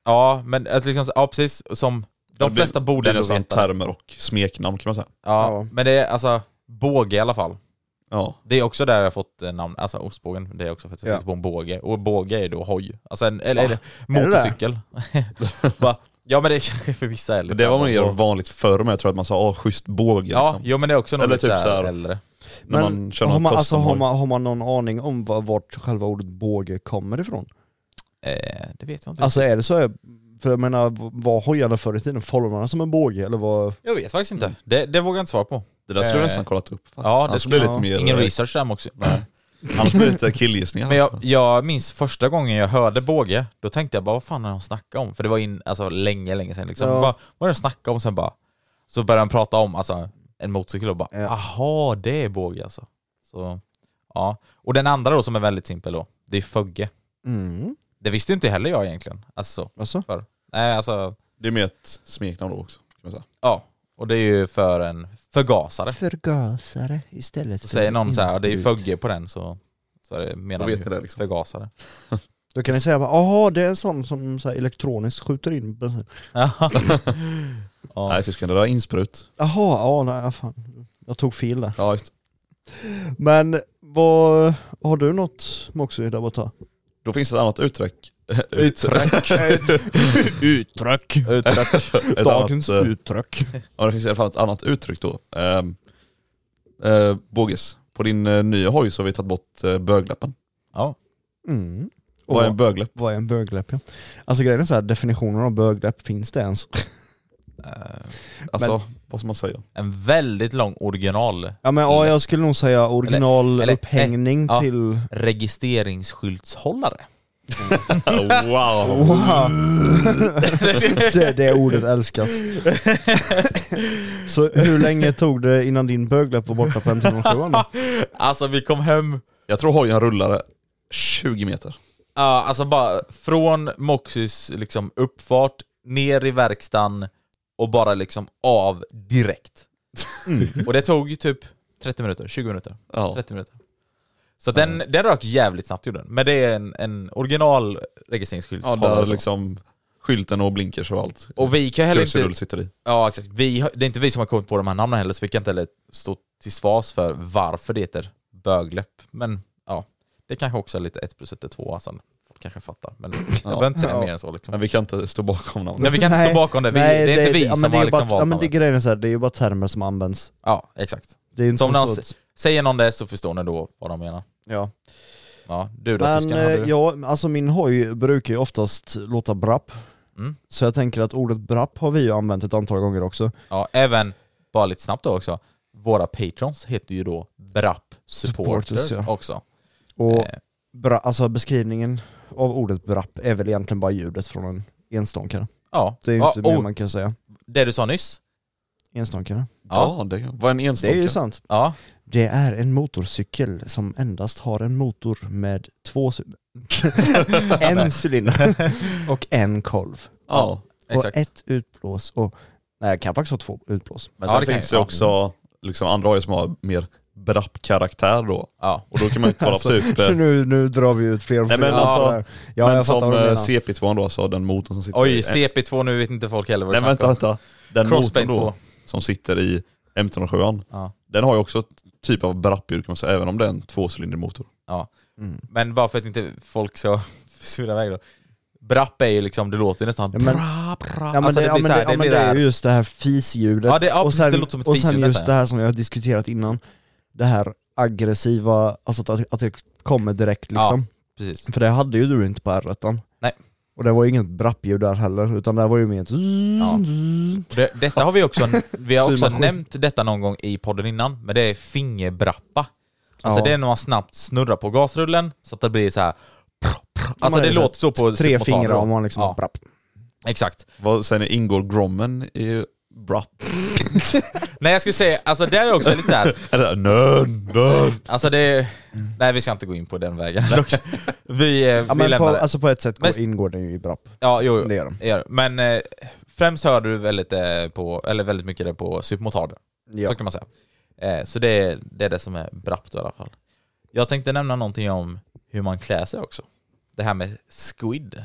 Ja, men alltså liksom, ja, precis som de
Det blir-
flesta borde
Det är
ändå
nästan
veta.
termer och smeknamn kan man säga.
Ja,
Ja.
Men det är alltså båge i alla fall.
Ja.
Det är också där jag har fått eh, namn, alltså ostbågen, det är också för att jag
Ja.
sitter på en båge. Och båge är då hoj, alltså en, eller
Ah,
är det
det det?
motorcykel. Va? ja men det är kanske för vissa äldre.
Men det var mer vanligt förr med, jag tror att man sa ah, schysst båge.
Ja,
liksom.
jo men det är också något
Eller
lite
typ
så
så här-
äldre.
När
Men
man kör
har,
någon
man, alltså, har,
custom-hoj.
man, har man någon aning om va- vart själva ordet båge kommer ifrån?
Eh, det vet jag inte.
Alltså är det så, för jag menar v- var hojarna förr i tiden formade som en båge eller vad?
jag vet faktiskt
Mm.
inte. Det, det vågar jag inte svara på.
Det där skulle jag
Eh,
nästan kollat upp. faktiskt.
Ja, det
Annars
skulle
blir Alltså, det
jag-
lite mer... eh,
Ingen research där också.
Annars blir det lite killgissningar. alltså.
Men jag, jag minns första gången jag hörde båge, då tänkte jag bara vad fan är de snackar om? För det var in, alltså, länge, länge sedan liksom.
Ja.
Vad vad är det de snackar om? Sen bara, så började de prata om alltså, en motorcykel och bara,
Ja.
aha det är båge alltså. Så, ja. Och den andra då som är väldigt simpel då, det är fögge.
Mm.
Det visste inte heller jag egentligen. Alltså,
Alltså?
för, nej, alltså,
Det är mer ett smeknamn då också. Kan man säga.
ja. Och det är ju för en förgasare.
Förgasare istället
Så säger någon så här, det är fögge på den så, så är det, menar
Då vet
de ju
ni det, liksom.
förgasare.
Då kan ni säga bara, jaha det är en sån som så här, elektroniskt skjuter in bensin.
Nej, tysken, det där är insprut.
Jaha, ja nej fan. Jag tog fel där.
Ja, just.
Men vad, har du något Moxie där borta?
Då finns det ett annat uttryck.
Uttryck. uttryck.
uttryck. Ett
Dagens
annat, eh,
uttryck.
Ja, det finns i alla fall ett annat uttryck då. Ehm, eh, Bogis, på din eh, nya hoj så har vi tagit bort eh, bögläppen.
Ja.
Mm. Och
Vad är en bögläpp?
vad är en bögläpp? Ja. Alltså grejen är så här, definitionen av bögläpp, finns det ens?
Eh,
Alltså, vad ska man säga?
en väldigt lång original
Ja men ja, jag skulle nog säga original
eller-
upphängning
ja.
till...
registreringsskyltshållare.
wow!
Wow. det, det ordet älskas. Så hur länge tog det innan din bögläpp var borta på M307? då?
Alltså vi kom hem,
Jag tror hojen rullade 20 meter.
ja alltså bara från Moxys liksom uppfart, ner i verkstaden och bara liksom av direkt.
Mm.
Och det tog typ 30 minuter, 20 minuter,
Ja.
30 minuter. Så att den, den rök jävligt snabbt gjorde den. Men det är en, en original
Ja,
registreringsskylt.
där liksom skylten och blinkers och allt.
och vi kan heller
Plus
inte...
rull sitter i.
Ja exakt, vi, har- det är inte vi som har kommit på de här namnen heller så vi kan inte heller stå till svars för varför det heter bögläpp. Men ja, det kanske också är lite ett plus ett är två alltså. Folk kanske fattar. Men jag behöver inte säga
Ja.
mer än så liksom.
Men vi kan inte stå bakom namnet.
Nej vi kan inte stå bakom det, vi,
Nej,
det är inte vi
ja, men
som
det är
har
ju bara-
liksom valt
Ja men det
namnet.
grejen är så här, det är ju bara termer som används.
Ja exakt.
Det är ju inte
Som
som
när han
så
se-
att-
Säger någon det så förstår ni då vad de menar.
Ja.
Ja, du då
Men
tyskan, har
eh,
du...
ja, alltså min hoj brukar ju oftast låta brapp.
Mm.
Så jag tänker att ordet brapp har vi ju använt ett antal gånger också.
Ja, även, bara lite snabbt då också, våra patrons heter ju då Brapp Supporters,
Supporters, ja.
också.
Och
Eh,
bra, alltså beskrivningen av ordet brapp är väl egentligen bara ljudet från en enstånkare.
ja.
Det är ju
ja, oh.
inte mer
och
man kan säga.
det du sa nyss.
Enstånkare.
Ja, det var en
Det är
enstaka.
ju sant.
Ja.
Det är en motorcykel som endast har en motor med två cyl- en cylinder och en kolv.
Ja.
Och
Exakt.
ett utblås och... Nej, jag kan faktiskt ha två utblås.
Men
Ja,
sen
det kan
finns
ju-
det också liksom andra hojar som har mer brapp-karaktär då.
Ja.
Och då kan man kolla
Alltså,
typ... eh,
nu, nu drar vi ut fler och
Nej,
fler.
men alltså,
där. ja,
men
jag
som
fattar vad du
eh,
menar.
CP2 då, alltså den motorn som sitter i...
Oj,
eh,
CP2 nu vet inte folk heller vad
Nej
det
vänta, vänta. Den motorn
Crossbane
då,
2.
som sitter i M307,
Ja.
den har ju också ett typ av brappljud kan man säga, även om det är en tvåcylindermotor.
Ja.
Mm.
Men bara för att inte folk ska svirra iväg då. Brapp är ju liksom, det låter ju nästan
Ja, men-
bra, bra.
Ja men,
alltså det,
det, ja,
blir
men,
så
det,
här,
ja,
det
men
blir
det
det
är
här.
ju just det här fisljudet.
Ja, det- ja,
och
precis,
sen,
det låter som ett
och sen
fisljud
just
nästan.
det här som jag har diskuterat innan. Det här aggressiva, alltså att, att det kommer direkt liksom.
Precis.
För det hade ju du inte på r
Nej.
Och det var ju inget brappljud där heller, utan det var ju mer ett...
Ja. Det, detta har vi också, vi har också
Symaskin.
nämnt detta någon gång i podden innan, men det är fingerbrappa. Alltså
Ja.
det är när man snabbt snurrar på gasrullen så att det blir så här. Alltså
Man
det
är så-
låter så på
Tre
supermotorer
fingrar
då.
om man liksom...
Ja,
Brapp.
exakt.
Vad säger ni, ingår Grommen i brapp?
Nej jag skulle säga, alltså det är också lite så här.
Eller nörd, nörd.
Alltså det... Nej vi ska inte gå in på den vägen dock. Vi, eh,
Ja,
vi
men på,
lämnar det.
alltså på ett sätt
Men-
går, ingår den ju i brapp.
Ja, jo, jo.
Det gör de.
Men eh, främst hör du väldigt, eh, på, eller väldigt mycket det på supermotarder. Så
Ja.
kan man säga. Eh, så det är, det är det som är brapp då, i alla fall. Jag tänkte nämna någonting om hur man klär sig också. Det här med squid.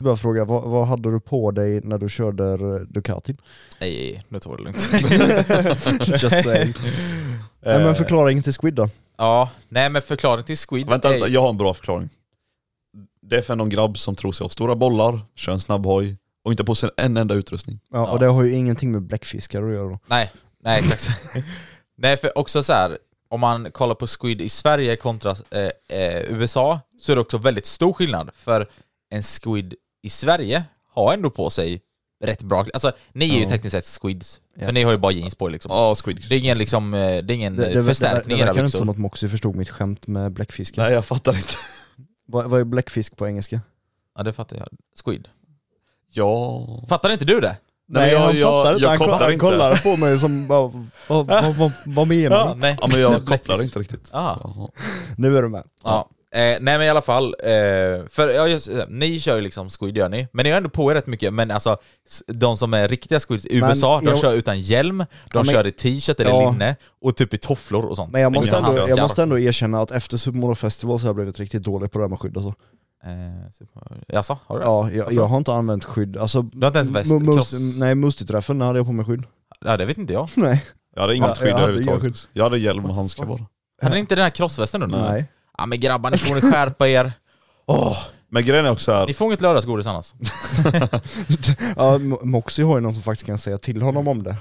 bara fråga, vad, vad hade du på dig när du körde eh, Ducatin?
Nej, nu tar vi det lugnt. Eh,
Just saying. Nej men förklara inte till Squid då.
Ja, nej men förklaring till squid
Vänta,
är-
vänta, jag har en bra förklaring. Det är för någon grabb som tror sig ha stora bollar, kör en snabb hoj och inte på sig en enda utrustning.
Ja, och det har ju ingenting med bläckfiskar att göra då.
Nej, nej exakt. nej för också så här, om man kollar på Squid i Sverige kontra eh, eh, USA så är det också väldigt stor skillnad. För en Squid i Sverige har ändå på sig rätt bra Alltså ni är ju tekniskt sett Squids För ni har ju bara jeans på er, liksom.
Ja, Squid.
Det är ingen, liksom, eh, det är ingen
Det, det, det, det,
förstärkning liksom.
det
i era
verkar inte som
byxor.
att Moxie förstod mitt skämt med bläckfisken.
liksom. Nej jag fattar inte.
Vad, vad är bläckfisk på engelska?
Ja det fattar jag. Squid.
Ja...
Fattar inte du det?
Nej, men jag, jag, jag,
han,
kopplar
han
inte.
kollar på mig som bara, vad, vad, vad, vad menar du?
nej.
Ja men jag kopplar inte riktigt.
Ah.
Jaha.
Nu är du med.
Ja. Eh, nej men i alla fall, eh, för ja, just, eh, ni kör ju liksom Squid gör ni, men ni har ändå på er rätt mycket, men alltså s- de som är riktiga Squids i
Men
USA, de
jag-
kör utan hjälm, de
Ja, men-
kör i t-shirt eller
Ja.
linne och typ i tofflor och sånt.
Men jag måste,
Ja,
ändå, jag
handskar.
måste ändå erkänna att efter Submono Festival så har jag blivit riktigt dålig på det här med skydd alltså.
Eh, så- Jaså, har du det?
Ja, jag, jag har inte använt skydd. Alltså,
Du har inte ens väst?
mu- mus-
Kloss?
nej, Musti-träffen när hade jag på mig skydd.
Ja, det vet inte jag.
Nej.
Jag hade
Ja,
inget skydd
jag hade inga
överhuvudtaget. Jag hade hjälm och handskar bara.
Hade ni inte den här crossvästen under?
Nej.
Ja men grabbar, ni får ni skärpa er.
Men grejen är också
Ni
här,
får inget lördagsgodis annars.
Ja, Mo- Moxie har ju någon som faktiskt kan säga till honom om det.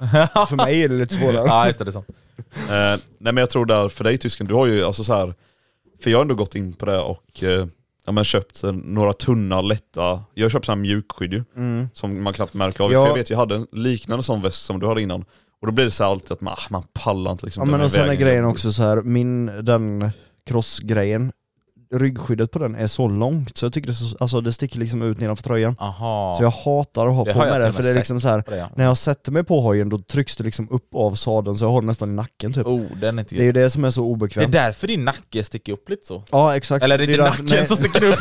För mig är det lite svårare.
Ja just det, det är sant.
eh, nej men jag tror där för dig tysken, du har ju alltså så här, för jag har ändå gått in på det och eh, ja, men köpt eh, några tunna, lätta, jag har köpt sån här mjukskydd ju,
Mm.
som man knappt märker av.
Ja.
För jag vet, jag hade en liknande sån väst som du hade innan. Och då blir det så här alltid att man, ah, man pallar inte liksom.
Ja
den
men
här
och sen är
vägen.
grejen också så här, min, den crossgrejen, ryggskyddet på den är så långt så jag tycker det, är så, alltså, det sticker liksom ut nedanför tröjan.
Aha.
Så jag hatar att ha
Det
på
har jag till
mig det
och
för
med
det är
sett.
liksom så här.
Det, ja.
när jag sätter mig på hojen då trycks det liksom upp av sadeln så jag har den nästan i nacken typ.
Oh, den är inte
Det är ju
det,
det som är så
det är
obekvämt.
därför din nacke sticker upp lite så.
Ja exakt.
Eller det är inte
därför-
nacken
nej,
som sticker upp.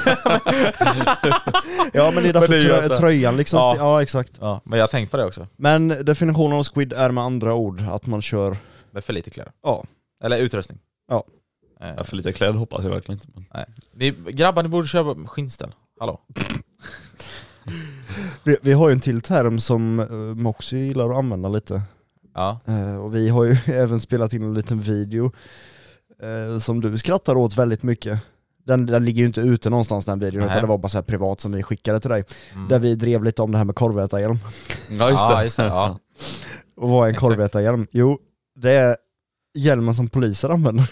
Ja men det är därför
Men det gör
trö-
så.
tröjan liksom,
Ja.
ja. ja exakt.
ja, men jag har tänkt på det också.
Men definitionen av squid är med andra ord att man kör,
Med för lite kläder.
ja.
Eller utrustning.
Ja.
Eh,
Ja, för lite kläder hoppas jag verkligen inte. Men.
ni, grabbar, ni borde köpa skinnställ. Hallå?
Vi, vi har ju en till term som uh, Moxie gillar att använda lite.
Ja.
Eh, och vi har ju även spelat in en liten video eh, som du skrattar åt väldigt mycket. Den, den ligger ju inte ute någonstans den videon
Nej.
utan det var bara så här privat som vi skickade till dig.
Mm.
Där vi drev lite om det här med korvätarhjälm.
Ja just det.
Ja, just det, ja.
Och vad är en
Exakt.
korvätarhjälm? Jo, det är hjälmen som poliser använder.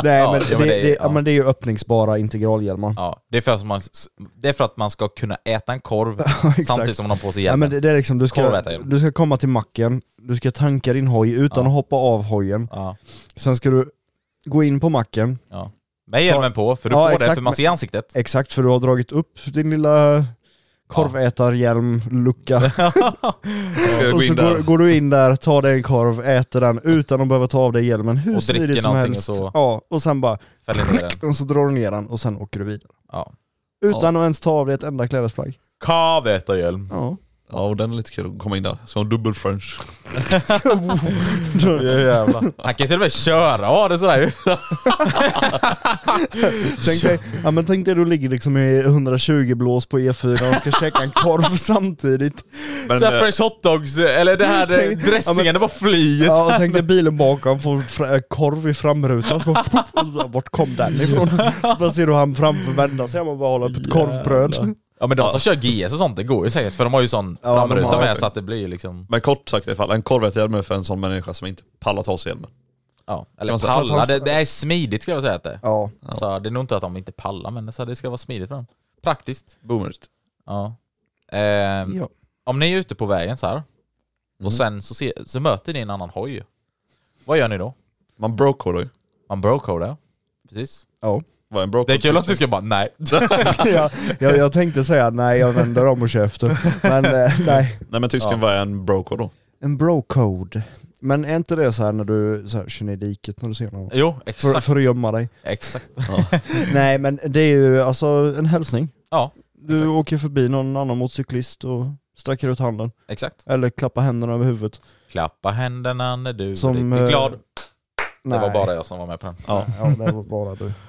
Nej
Ja,
men,
ja,
det,
men
det,
det är-
ja.
ja.
men det är ju öppningsbara integralhjälmar.
Ja, det, är för att man, s- det är för att man ska kunna äta en korv
exakt.
samtidigt som man har på sig
Ja,
hjälmen.
men det, det är liksom, du ska,
Korvätarhjälm.
du ska komma till macken, du ska tanka din hoj utan
Ja.
att hoppa av hojen.
Ja.
Sen ska du gå in på macken,
Med hjälmen på, för du
Ja,
får det
exakt,
för man
men-
ser ansiktet.
exakt för du har dragit upp din lilla korvätarhjälm-lucka.
Ska jag
och
gå
så
in där?
går, går du in där, tar dig en korv, äter den utan att behöva ta av dig hjälmen hur
Och dricker
smidigt som
någonting
helst.
och så-
Ja, och sen bara,
Fäller ner den.
och så drar du ner den och sen åker du vidare.
Ja.
Utan att ens ta av dig ett enda klädesplagg.
Kavätarhjälm.
Ja.
Ja och den är lite kul att komma in där. Så en dubbel french.
Han kan ju till och med köra av det sådär ju.
Tänk dig, ja, men tänk dig du ligger liksom i 120 blås på E4 och ska käka en korv samtidigt.
Men,
Såhär
eh,
French hotdogs, eller det här eh,
Tänk-
dressingen,
ja, men-
det bara flyger. så
Ja, och tänk dig bilen bakom får fra- korv i framrutan. Så bara, alltså, vart kom den ifrån? Så bara ser du han framför vända sig och bara håller upp ett korvbröd.
Ja men de som kör GS och sånt, det går ju säkert för de har ju sån
Ja, de
framruta
har
med
säkert.
så att det blir liksom...
Men kort sagt i alla fall, en korvrättshjälm är för en sån människa som inte pallar ta sig hjälmen.
Ja, eller
Ja, så-
så
pallar.
att han-
Det, det är smidigt skulle jag säga att det är.
Ja.
Alltså, det är nog inte att de inte pallar men så här, det ska vara smidigt för dem. Praktiskt.
Boomerigt.
Ja. Ehm,
ja. Mm.
Om ni är ute på vägen så här och sen så, ser, så möter ni en annan hoj. Vad gör ni då?
Man broke ju.
Man brocodar. Precis.
ja.
Vad är en broke
Det är kul att du ska bara nej.
ja jag, jag tänkte säga nej, jag vänder om och kör efter. Men eh, nej.
Nej men tysken, vad är en broke då?
En bro-code. Men är inte det så här när du så här, kör ner i diket när du ser någon?
Jo,
För,
exakt.
för att gömma dig.
Exakt.
Nej men det är ju alltså en hälsning.
Ja,
Du
Exakt.
åker förbi någon annan motorcyklist och sträcker ut handen.
exakt.
Eller klappar händerna över huvudet.
Klappa händerna när du
Som,
är riktigt
eh,
glad.
Nej.
Det var bara jag som var med på den.
Ja, ja det var bara du.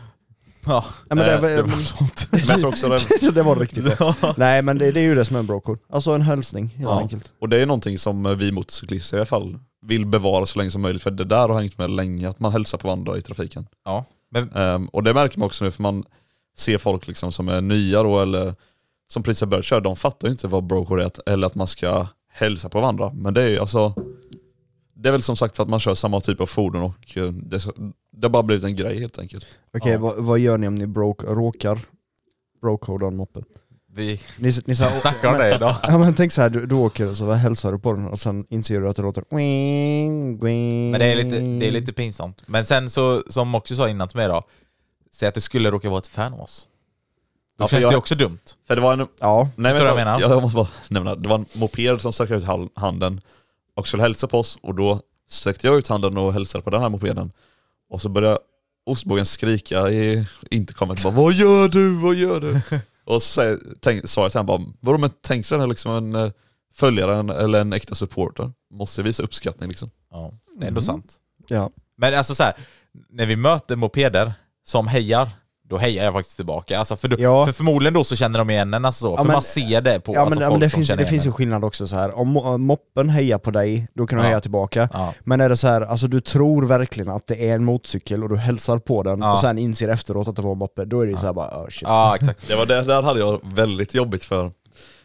Ja,
Nej, men det,
Eh,
var,
det var Men jag tror också det,
det var riktigt bra. Nej men det, det är ju det som är en brokod. Alltså en hälsning helt
Ja.
enkelt.
och det är någonting som eh, vi motorcyklister i alla fall vill bevara så länge som möjligt för det där har hängt med länge, att man hälsar på varandra i trafiken.
Ja, men
Ehm, och det märker man också nu för man ser folk liksom som är nya då eller som precis har börjat köra, de fattar ju inte vad broker är att- eller att man ska hälsa på varandra. Men det är ju alltså, det är väl som sagt för att man kör samma typ av fordon och eh, det, så- det har bara blivit en grej helt enkelt.
Okej
Ja.
vad, vad gör ni om ni broke, råkar brokoda en moppe?
Vi
Ni, ni så här,
snackar om det idag.
Ja men tänk så här, du, du åker och så bara hälsar du på den och sen inser du att det låter
Men det är, lite, det är lite pinsamt. Men sen så, som också sa innan till mig då, säg att det skulle råka vara ett fan av oss. Då
Ja, för
känns
jag-
det också dumt.
För det var en... Nej,
Ja,
vänta,
du vad jag menar?
Jag måste bara nämna. Det var en moped som sträckte ut hal- handen och skulle hälsa på oss och då sträckte jag ut handen och hälsade på den här mopeden. Och så började ostbågen skrika i intercomet bara Vad gör du? Vad gör du? och så säger- tänk- sa jag till honom bara Vadå men tänk så här liksom en eh, följare en- eller en äkta supporter. Måste visa uppskattning liksom.
Ja, det är ändå
Mm.
sant.
ja.
Men alltså så här, när vi möter mopeder som hejar, då hejar jag faktiskt tillbaka. Alltså för, då,
Ja.
för förmodligen då så känner de igen en, alltså så. för
men-
man ser det på
Ja
alltså
men, ja, men
folk
det,
som
finns,
känner
det
igen
finns ju
en.
skillnad också så här. om mo- moppen hejar på dig, då kan du
Ja.
heja tillbaka.
Ja.
Men är det så här, alltså du tror verkligen att det är en motorcykel och du hälsar på den
Ja.
och sen inser efteråt att det var en moppe, då är det ju så här bara oh, shit.
ja, exakt.
Det var det där hade jag väldigt jobbigt för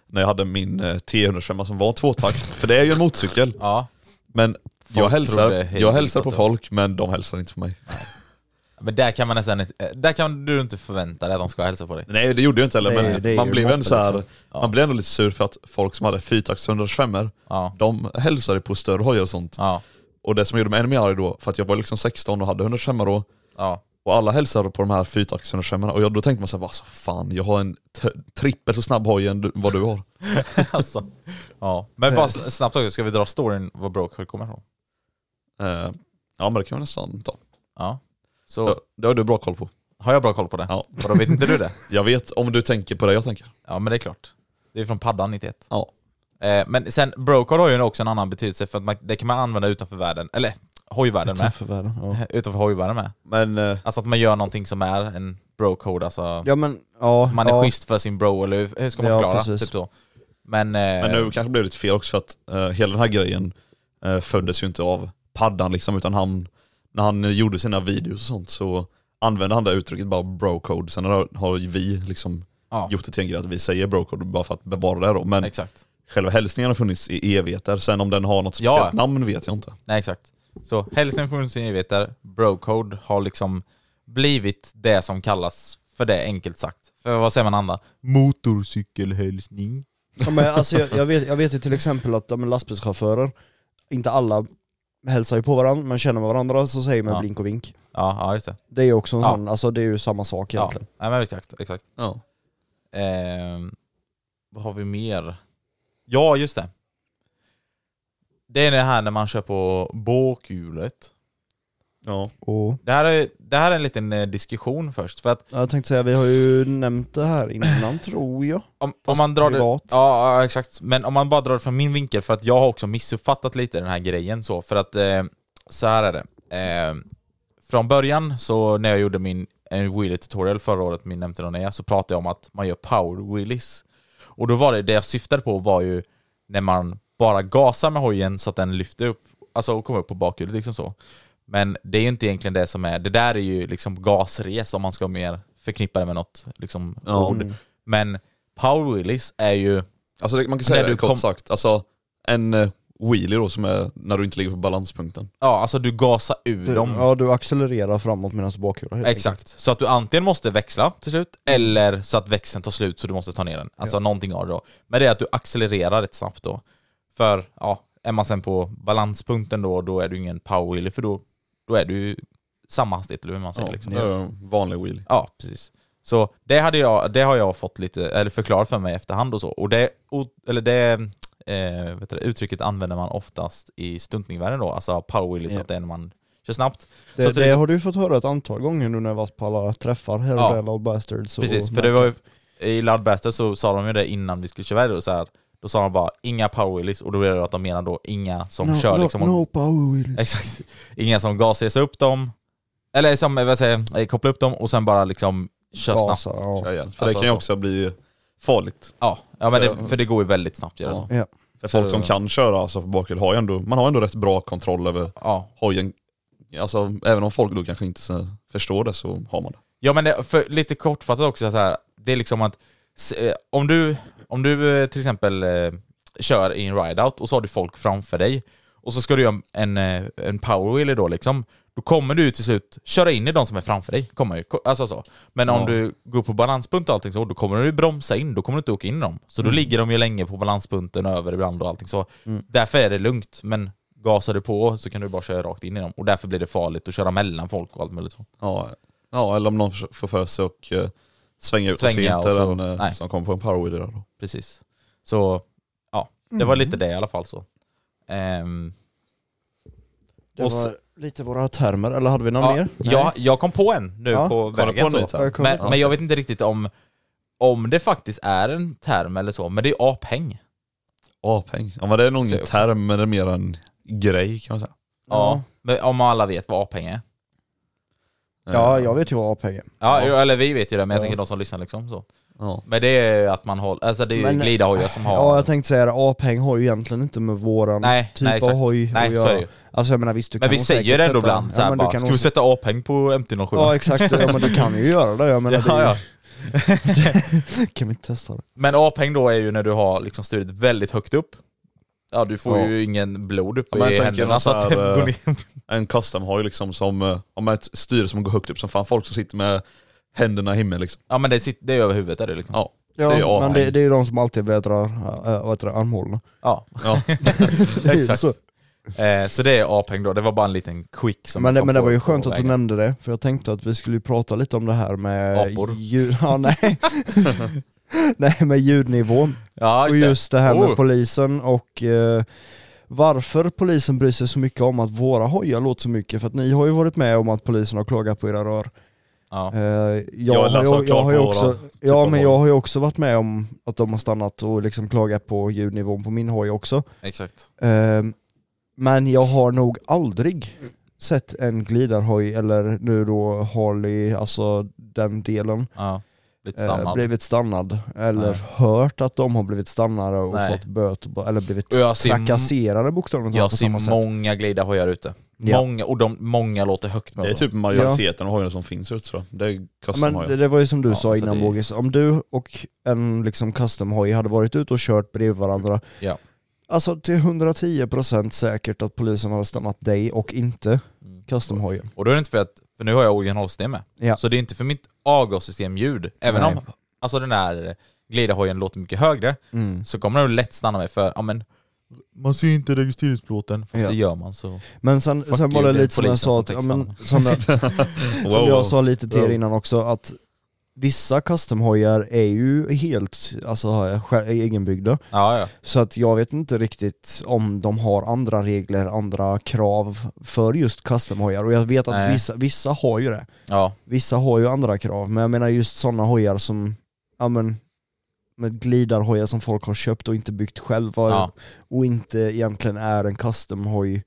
när jag hade min eh, T125 som var en tvåtakt. För det är ju en motorcykel.
Ja.
Men jag
tror
hälsar,
det är helt
jag hälsar på
riktigt.
folk men de hälsar inte på mig.
Men där kan man nästan inte, där kan du inte förvänta dig att de ska hälsa på dig.
Nej det gjorde jag inte heller
Det är-
men
det är
man
ju
blev
moppe
ändå så här,
liksom.
Ja.
man blev ändå lite sur för att folk som hade fyrtakts 125
Ja.
de hälsade på större hojar och sånt.
Ja.
Och det som gjorde mig ännu mer arg då, för att jag var liksom 16 och hade 125 då,
Ja.
och alla hälsade på de här fyrtakts 125 och jag, då tänkte man så här, vad så fan, jag har en t- trippel så snabb hoj än du, vad du har.
alltså. Ja. Men bara s- snabbt också, ska vi dra storyn var Broke kommer ifrån?
Eh, ja men det kan vi nästan ta.
Ja. Så,
Ja, Det har du bra koll på.
har jag bra koll på det?
Ja.
Vadå, vet inte du det?
Jag vet om du tänker på det jag tänker.
Ja men det är klart. Det är från paddan 91.
Ja.
Eh, men sen, brocard har ju också en annan betydelse för att man, det kan man använda utanför världen, eller hojvärlden med.
Utanför världen, ja.
Utanför hojvärlden med.
Men eh,
Alltså att man gör någonting som är en brocode, alltså
ja men ja.
man är
ja.
schysst för sin bro eller hur hur ska man
Ja,
förklara?
precis.
Typ så. Men, eh,
Men nu kanske det blev lite fel också för att eh, hela den här grejen eh, föddes ju inte av paddan liksom utan han, när han eh, gjorde sina videos och sånt så använde han det uttrycket bara brocode. Sen har, har ju vi liksom
ja,
gjort det till en grej att vi säger brocode bara för att bevara det här då. Men
exakt.
själva hälsningen har funnits i evigheter. Sen om den har något
Ja.
speciellt namn vet jag inte.
Nej exakt. Så hälsning från sin evigheter, brocode har liksom blivit det som kallas för det enkelt sagt. För vad säger man andra? Motorcykelhälsning.
Ja, men alltså, jag, jag, vet, jag vet ju till exempel att ja, men lastbilschaufförer, inte alla hälsar ju på varandra, men känner man varandra så säger man
Ja.
blink och vink.
Ja, ja just det.
Det är ju också en
Ja.
sån, alltså det är ju samma sak
Ja,
egentligen.
nej, men exakt. exakt.
Ja.
Ehm, vad har vi mer? Ja, just det. Det är det här när man kör på båkhjulet.
Ja.
Och,
Det här är, det här är en liten eh, diskussion först. För att
ja, jag tänkte säga, vi har ju nämnt det här innan tror jag.
om, om
Fast
man drar det... Ja,
privat.
ja, exakt. Men om man bara drar det från min vinkel, för att jag har också missuppfattat lite den här grejen så. För att eh, så här är det. Eh, från början så när jag gjorde min en wheelie tutorial förra året, min nämnde någon är, så pratade jag om att man gör power wheelies. Och då var det, det jag syftade på var ju när man bara gasar med hojen så att den lyfter upp, alltså och kommer upp på bakhjulet liksom så. Men det är ju inte egentligen det som är, det där är ju liksom gasres om man ska mer förknippa det med något liksom
Ja.
ord. Men power wheelies är ju,
Alltså det, man kan säga
När
det
du
kort
kom-
sagt. Alltså en eh, wheelie då som är när du inte ligger på balanspunkten.
ja alltså du gasar ur
Du,
dem.
ja, du accelererar framåt medan du bakhjular. helt enkelt.
Exakt. Så att du antingen måste växla till slut, eller så att växeln tar slut så du måste ta ner den. Alltså någonting av det då. Men det är att du accelererar rätt snabbt då. För ja, är man sen på balanspunkten då, då är du ingen power wheelie, för då, då är du ju samma hastighet eller hur man säger.
Ja,
liksom.
det är en vanlig wheelie.
Ja, precis. Så det, hade jag, det har jag fått lite, eller förklarat för mig i efterhand och så. Och det, o- eller det eh, vet du, det, uttrycket använder man oftast i stuntningvärlden då, alltså power wheelie, så
Ja.
att det är när man kör snabbt. så
Det,
att
det har du ju fått höra ett antal gånger nu när jag varit på alla träffar här
Ja.
och där, Old Bastards och
Precis, för det var ju, i Loudbaster så sa de ju det innan vi skulle köra iväg och så här. Då sa de bara inga powerwheelies och då är det att de menar då inga som
no,
kör
no,
liksom
No power wheelies.
Exakt. Inga som gasresar upp dem, eller som, vad säger jag, eh, kopplar upp dem och sen bara liksom kör
Gasar,
snabbt.
ja.
Ja, ja. För det
Alltså,
kan ju
så.
också bli farligt.
Ja, ja men
För-
det, för det går ju väldigt snabbt gör det så.
Ja.
Ja.
För folk
Eh.
som kan köra alltså, på bakhjul har ju ändå, man har ändå rätt bra kontroll över
Ja.
hojen. Alltså även om folk då kanske inte så- förstår det så har man det.
Ja men det, för, lite kortfattat också så här. det är liksom att s- eh, om du, om du eh, till exempel eh, kör i en rideout och så har du folk framför dig och så ska du göra en, en, eh, en powerwheelie då liksom, då kommer du ju till slut köra in i de som är framför dig. Kommer ju, ko- alltså så. Men om
Ja.
du går på balanspunkt och allting så, då kommer du bromsa in, då kommer du inte åka in i dem. Så då ligger de ju länge på balanspunkten och över ibland och allting så. Därför är det lugnt, men gasar du på så kan du bara köra rakt in i dem. Och därför blir det farligt att köra mellan folk och allt möjligt så.
Ja, ja eller om någon förs- får för sig och eh, svänga ut
Svänga
och
och
se inte
så-
den eh,
nej.
som kommer på en powerwheeler. Då.
Precis. Så, ja. Det var lite det i alla fall så. Ehm,
Det
Och
var lite våra termer, eller hade vi någon
ja,
mer?
jag, jag kom på en nu på
Ja,
Kolla på
vägen
en
så.
nytt här.
Jag kom-
Men, men jag vet inte riktigt om, om det faktiskt är en term eller så, men det är apeng.
Apeng. Ja men det är nog
Ser jag
ingen
också.
term men det är mer en grej kan man säga.
Ja. Men om alla vet vad apeng är.
Ja,
Eh,
jag vet ju vad APG är.
Ja,
Ja.
jo, eller vi vet ju det, men jag
Ja.
tänker de som lyssnar liksom så.
Ja.
Men det är ju att man håller, alltså det är ju
Men-
glidhojar som har...
Ja, jag tänkte säga det, A-peng har ju egentligen inte med våran
nej,
typ
nej,
av
exakt.
hoj
nej,
att
så är det
göra.
ju.
Alltså jag menar visst, du
Men
kan
vi
nog
säger
säkert
det ändå
sätta-
ibland så här
ja, men du
bara,
kan
ska
nog-
vi sätta apeng på MT-07?
Ja exakt, ja, men du kan ju göra det. Jag menar,
Ja,
det är
ja.
ju- Kan vi inte testa det?
Men apeng då är ju när du har liksom styret väldigt högt upp. Ja, du får
Ja.
ju ingen blod uppe
Ja, men
i
jag tänker
händerna
någon
så att det
så här,
går
eh,
ner.
En custom har ju liksom som, eh, om ett styre som går högt upp som fan. Folk som sitter med händerna i himlen liksom.
Ja men det, sitter, det är över huvudet är det liksom.
Ja.
Ja,
Det är ju
men
A-peng.
det, det är ju de som alltid vädrar äh, vad heter det, armhålorna.
Ja,
Ja.
Det är ju
exakt.
så.
Eh, så det är apeng då, det var bara en liten quick som
Men det,
kom
men det
på-
var ju
på
skönt att du
vägen.
nämnde det, för jag tänkte att vi skulle ju prata lite om det här med
Apor.
ljud... Ja, nej. nej, med ljudnivån.
Ja,
Och
just det.
just det här med
Oh.
polisen och eh, varför polisen bryr sig så mycket om att våra hojar låter så mycket, för att ni har ju varit med om att polisen har klagat på era rör.
Ja.
Eh, jag,
Jag är
har,
Lasse
jag, jag
Klar
har ju
på
också,
våra typ
ja,
av
men
hoj.
jag har ju också varit med om att de har stannat och liksom klagat på ljudnivån på min hoj också.
Exakt.
Eh, men jag har nog aldrig sett en glidarhoj eller nu då Harley, alltså den delen,
Ja. Lite
eh,
samma.
blivit stannad eller
Nej.
hört att de har blivit stannade och
Nej.
fått böter eller blivit
Och jag ser-
trakasserade bokstavligt
jag
talat på
ser
samma sätt.
många glida hojar ute.
Ja.
Många, och de, många låter högt med
Det är
och så.
typ majoriteten av hojarna som finns ute tror jag. Det är
Alltså. Ja,
custom
Men
hojar.
det, det var ju som du
Ja,
sa
alltså
innan
det-
Bogis, om du och en liksom custom-hoj hade varit ute och kört bredvid varandra,
Ja.
alltså till 110% säkert att polisen hade stannat dig och inte
Mm.
custom-hojen.
Och då är det inte för att, för nu har jag originalsystem med.
Ja.
Så det är inte för mitt avgassystem ljud. Även
Nej.
om alltså den där glidarhojen låter mycket högre
Mm.
så kommer den lätt stanna mig för, ja men man ser inte registreringsplåten, fast
Ja.
det gör man så.
Men sen,
Fuck
sen var
you,
det
det är
lite som jag
polisen
sa,
som
att, ja,
textar.
men, som, jag,
Wow,
som
wow.
jag sa lite till er
Wow.
innan också, att vissa custom-hojar är ju helt alltså, sj- egenbyggda.
Ja, ja.
Så att jag vet inte riktigt om de har andra regler, andra krav för just custom-hojar. Och jag vet att
Nej.
vissa, vissa har ju det.
ja.
Vissa har ju andra krav, men jag menar just sådana hojar som, ja men, med glidarhojar som folk har köpt och inte byggt själva
Ja.
och inte egentligen är en custom-hoj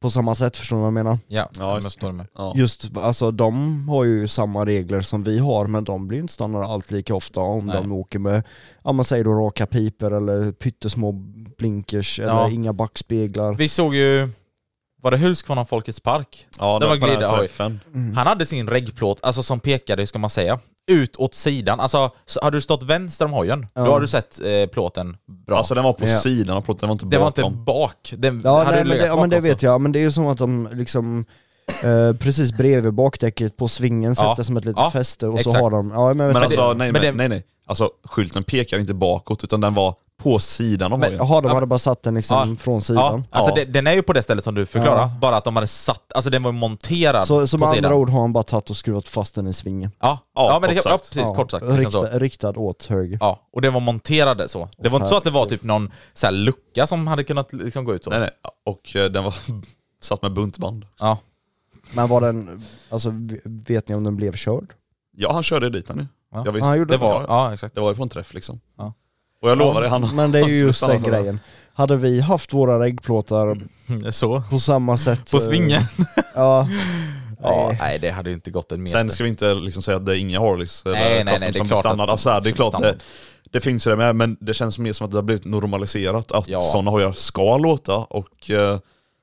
på samma sätt, förstår du vad jag menar?
Ja,
Ja,
jag
just-
förstår med.
Ja.
Just, alltså de har ju samma regler som vi har, men de blir ju inte stannade allt lika ofta om
Nej.
de åker med, ja man säger då raka piper eller pyttesmå blinkers
Ja.
eller inga backspeglar.
Vi såg ju, var det Husqvarna Folkets Park?
Ja,
Det var
på den här
glida hoj.
träffen.
Mm.
Han hade sin reggplåt, alltså som pekade, hur ska man säga, ut åt sidan. Alltså, så hade du stått vänster om hojen,
Ja.
då har du sett eh, plåten bra.
Alltså den var på
Ja.
sidan av plåten, den var inte
det var
bakom.
inte bak. Den
Ja,
hade
nej, men, det,
legat
ja men det
bakom så-
vet jag, men det är ju som att de liksom eh, precis bredvid bakdäcket på svingen
Ja,
sätter som ett litet
ja,
fäste och
exakt.
så har de, ja men, jag
Men
vet
alltså,
det-
nej,
men
men,
det-
nej nej. Alltså skylten pekar inte bakåt utan den var på sidan av
Men-
hojen.
Jaha, de hade bara satt den liksom
Ja,
från
Ja,
sidan.
alltså
Ja.
det- den är ju på det stället som du förklarar
Ja.
bara att de hade satt, alltså den var ju monterad
Så, så
på
med
sidan.
andra ord har han bara tagit och skruvat fast den i svingen.
Ja, ja,
Ja,
men det,
kort
ja
sagt.
precis, kort sagt. Liksom så.
Rikta, riktad åt höger.
Ja, och den var monterad så. Det var inte så att det var typ någon så här lucka som hade kunnat liksom gå ut så.
Nej nej. Och eh, den var satt med buntband.
Ja.
Men var den, alltså v- vet ni om den blev körd?
Ja han körde dit han ju.
Ja.
Jag visste.
Ja, han gjorde
Det var,
Ja,
ja exakt.
Det var ju på en träff liksom.
Ja.
Och jag lovar dig, han
Men det är
han
ju
skulle
just
stanna
den
på det.
grejen. Hade vi haft våra reggplåtar
Mm, Så.
på samma sätt...
På
eh,
svingen.
Ja.
Ja,
Nej.
nej det hade ju inte gått en meter.
Sen ska vi inte liksom säga att det är inga Harleys eller
Nej, nej, nej,
custom
det är
som
klart att
standard.
de-
Alltså, det är
som
klart det,
standard.
det finns ju det med, men det känns mer som att det har blivit normaliserat att
Ja.
sådana hojar ska låta och eh,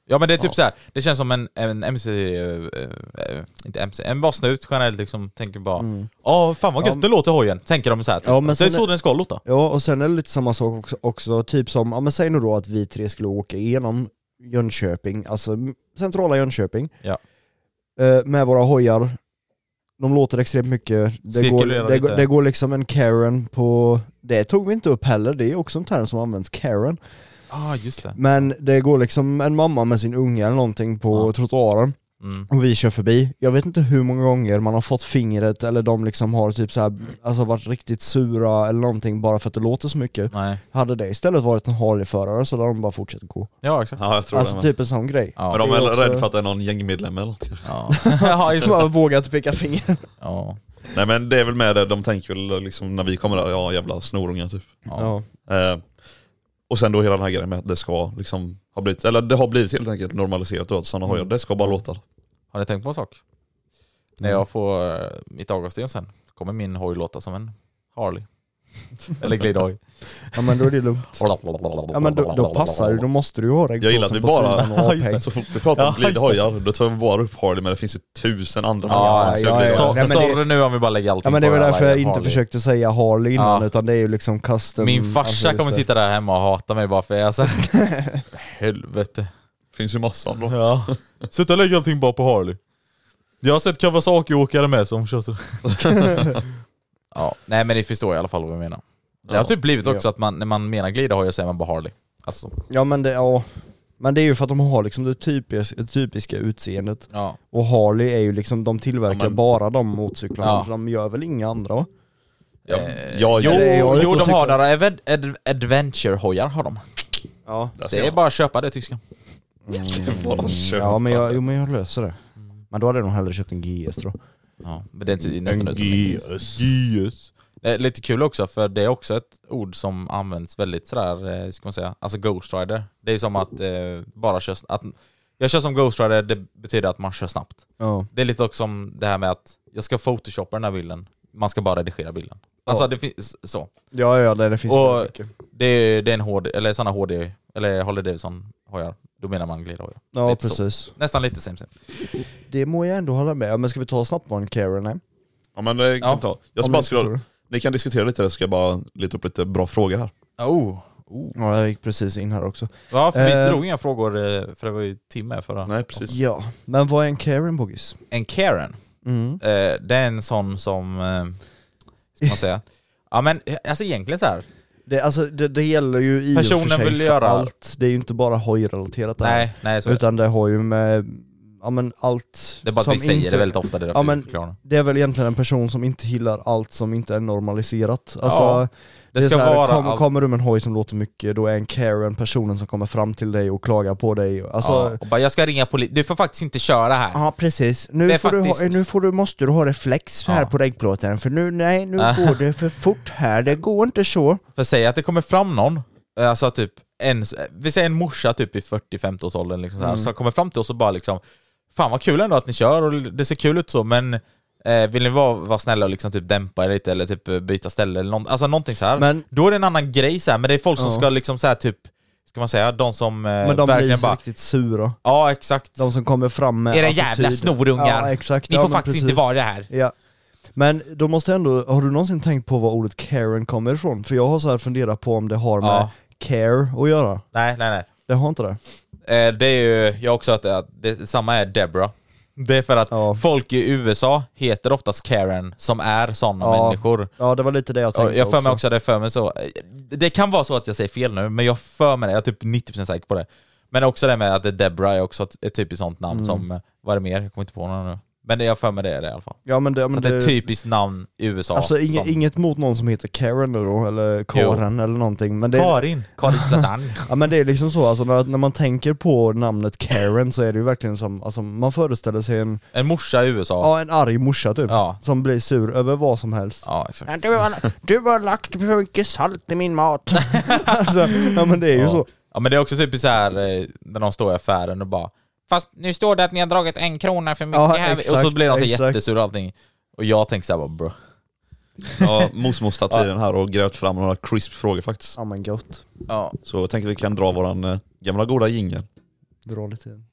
Ja men det är typ
Ja.
så här. det känns som en, en MC, eh, eh, inte MC, en bara snut generellt liksom, tänker bara Åh fan vad gött
Mm. Ja,
det låter i hojen, tänker de så här. typ.
Ja, men
det är
sen
så
är-
den ska låta.
Ja, och sen är det lite samma sak också, också typ som, ja men säg nu då att vi tre skulle åka igenom Jönköping, alltså m- centrala Jönköping.
Ja.
eh, med våra hojar. De låter extremt mycket. Det går,
Cirkulerar
det, går-
lite.
det går liksom en Karen på... Det tog vi inte upp heller, det är också en term som används, Karen.
Ah, just det.
Men det går liksom en mamma med sin unge eller någonting på
Ja.
trottoaren
Mm.
och vi kör förbi. Jag vet inte hur många gånger man har fått fingret eller de liksom har typ så här, alltså varit riktigt sura eller någonting bara för att det låter så mycket.
Nej.
Hade det istället varit en Harley-förare så hade de bara fortsatt gå.
Ja, exakt.
Ja jag tror
Alltså
det.
typ en sån grej.
Ja.
men de
det
är
är också-
rädda för att det är någon gängmedlem eller något.
Ja.
Ja, just det. Våga inte peka finger.
ja.
Nej men det är väl med det, de tänker väl liksom när vi kommer där, ja jävla snorungar typ.
ja.
Eh, och sen då hela den här grejen med att det ska liksom ha blivit, eller det har blivit helt enkelt normaliserat då att sådana
Mm.
hojar, det ska bara låta.
Har ni tänkt på en sak? När jag får eh, mitt avgassystem sen kommer min hoj låta som en Harley. Eller glidhoj.
Ja men då är det lugnt. Ja men då, då passar det, då måste du ju ha
Jag gillar att
regplåten
vi
på
bara-
sidan och
Ja,
avhäng.
Så fort vi pratar om
Ja, just det.
glidhojar, då tar vi bara upp Harley men det finns ju tusen andra
Ja, ja,
hojar som ska
ja,
bli-
ja.
Så,
Nej, men det-
sorry nu om vi bara lägger allting
Ja men det var
på
därför jag
alla
inte
Harley.
försökte säga Harley innan
Ja.
utan det är ju liksom custom
Min
alltså,
farsa
just
kommer
det.
sitta där hemma och hata mig bara för jag sa Helvete.
finns ju massa av dem.
Ja. Sluta lägga allting bara på Harley. Jag har sett Kawasaki-åkare med som kör så. ja, nej men ni förstår i alla fall vad jag menar. Det har
Ja.
typ blivit också att man, när man menar glidhoj så säger man bara Harley. Alltså,
Ja men det, ja. Men det är ju för att de har liksom det typiska, typiska utseendet
ja.
och Harley är ju liksom, de tillverkar
Ja, men-
bara de motorcyklarna
Ja.
för de gör väl inga andra va?
Ja,
Eh,
ja,
jo,
ja, det är jag ute
jo
och
de har
cyklar.
några adve- ad- adventure-hojar har de.
Ja.
Där ser
Det är
man.
bara att köpa det tyska.
Bara köpa.
Ja men jag, jo, men jag löser det. Men då hade jag nog hellre köpt en GS tror jag.
Ja, men det är
Mm.
inte nästan ut som GS. GS. Det är lite kul också för det är också ett ord som används väldigt sådär, eh, ska man säga, alltså Ghost Rider. Det är som att eh, bara köra, att jag kör som Ghost Rider, det betyder att man kör snabbt.
Ja.
Det är lite också som det här med att jag ska photoshoppa den här bilden, man ska bara redigera bilden. Alltså det finns så.
Ja ja, det, det finns
Och-
väldigt mycket.
Det är, det är en HD, eller sådana HD, eller Harley Davidson hojar, då menar man glidhojar.
Ja
lite så.
precis.
Nästan lite same same.
Det må jag ändå hålla med Ja, Men ska vi ta snabbt vad en Karen är?
Ja men det kan
Ja.
vi ta. Jag
Om
ska bara
ni förstår
skulle,
det.
ni kan diskutera lite, så ska jag bara leta upp lite bra frågor här.
Oh. Oh.
Ja, jag gick precis in här också.
Ja, för vi
Eh.
drog inga frågor eh, för det var ju timme förra.
Nej precis.
Ja, men vad är en Karen Boggis?
En Karen,
Mm.
eh, det är en sån som, eh, ska man säga? Ja men eh, alltså egentligen så här.
Det, alltså, det, det gäller ju i och
Personen
för sig
vill
för
göra-
allt. Det är ju inte bara hojrelaterat det här.
nej, nej så är det.
Utan det har ju med, ja men allt
det är bara att vi säger det väldigt ofta, det är därför
Ja,
vi
men-
förklarar det.
Det är väl egentligen en person som inte gillar allt som inte är normaliserat. Alltså,
Ja,
det ska
ska
vara...
vara
Kom,
allt.
kommer du med en hoj som låter mycket, då är en Karen personen som kommer fram till dig och klagar på dig. Alltså,
ja,
ja.
och bara, jag ska ringa polisen, du får faktiskt inte köra här.
precis. Nu,
Det är
får du ha,
faktiskt-
nu får du, måste du ha reflex här
Ja.
på regplåten, för nu, nej, nu går det för fort här, det går inte så.
För säg att det kommer fram någon, eh, alltså typ en, vi säger en morsa typ i 40-50-årsåldern liksom så här,
Mm.
som kommer fram till oss och bara liksom Fan vad kul ändå att ni kör och det ser kul ut så men eh, vill ni vara, vara snälla och liksom typ dämpa er lite eller typ eh, byta ställe eller någon, alltså någonting så här.
Men-
Då är det en annan grej så här, men det är folk som
Ja.
ska liksom så här typ, ska man säga, de som eh,
Men de blir
verkligen
så
bara
riktigt sura.
Ja exakt.
De som kommer fram med
Era jävla
attityd.
snorungar.
Ja, exakt.
Ni
Ja,
får
men
faktiskt inte
precis.
vara det här.
Ja. Men då måste jag ändå, har du någonsin tänkt på var ordet Karen kommer ifrån? För jag har så här funderat på om det har med
Ja.
care att göra.
Nej, nej, nej.
Det har inte det.
Eh, det är ju, jag har också hört det, att det, samma är Deborah. Det är för att
Ja.
folk i USA heter oftast Karen, som är sådana
Ja.
människor.
Ja det var lite det jag
Och
tänkte
Jag för mig också, det är för mig så. eh, Det kan vara så att jag säger fel nu, men jag för mig det. Jag är typ 90% säker på det. Men också det med att det är Deborah är också ett- ett typiskt sånt
Mm.
namn som, eh, vad är det mer? Jag kommer inte på några nu. Men det, jag för mig det är det i alla fall.
Ja men det,
Så
men
att det är
det,
ett typiskt namn i USA.
alltså inge,
som-
inget mot någon som heter Karen nu då, eller Karen eller någonting. Men det,
Karin. Karins lasagne.
ja, men det är liksom så, alltså, när, när man tänker på namnet Karen så är det ju verkligen som, alltså, man föreställer sig en,
En morsa i USA.
ja, en arg morsa typ.
Ja.
Som blir sur över vad som helst.
Ja, exakt.
Du, har, du har lagt för mycket salt i min mat. alltså, ja men det är ju
ja.
så.
Ja men det är också typ så här eh, när de står i affären och bara Fast nu står det att ni har dragit en krona för mycket
Ja,
här.
exakt,
och så blir de så
exakt.
jättesura och allting. Och jag tänker såhär bara bro.
Ja, mosmos tar tiden här och grävt fram några crisp frågor faktiskt.
Ja men gott.
Ja.
Så jag tänker att vi kan dra våran eh, gamla goda jingel.
Dra lite igen.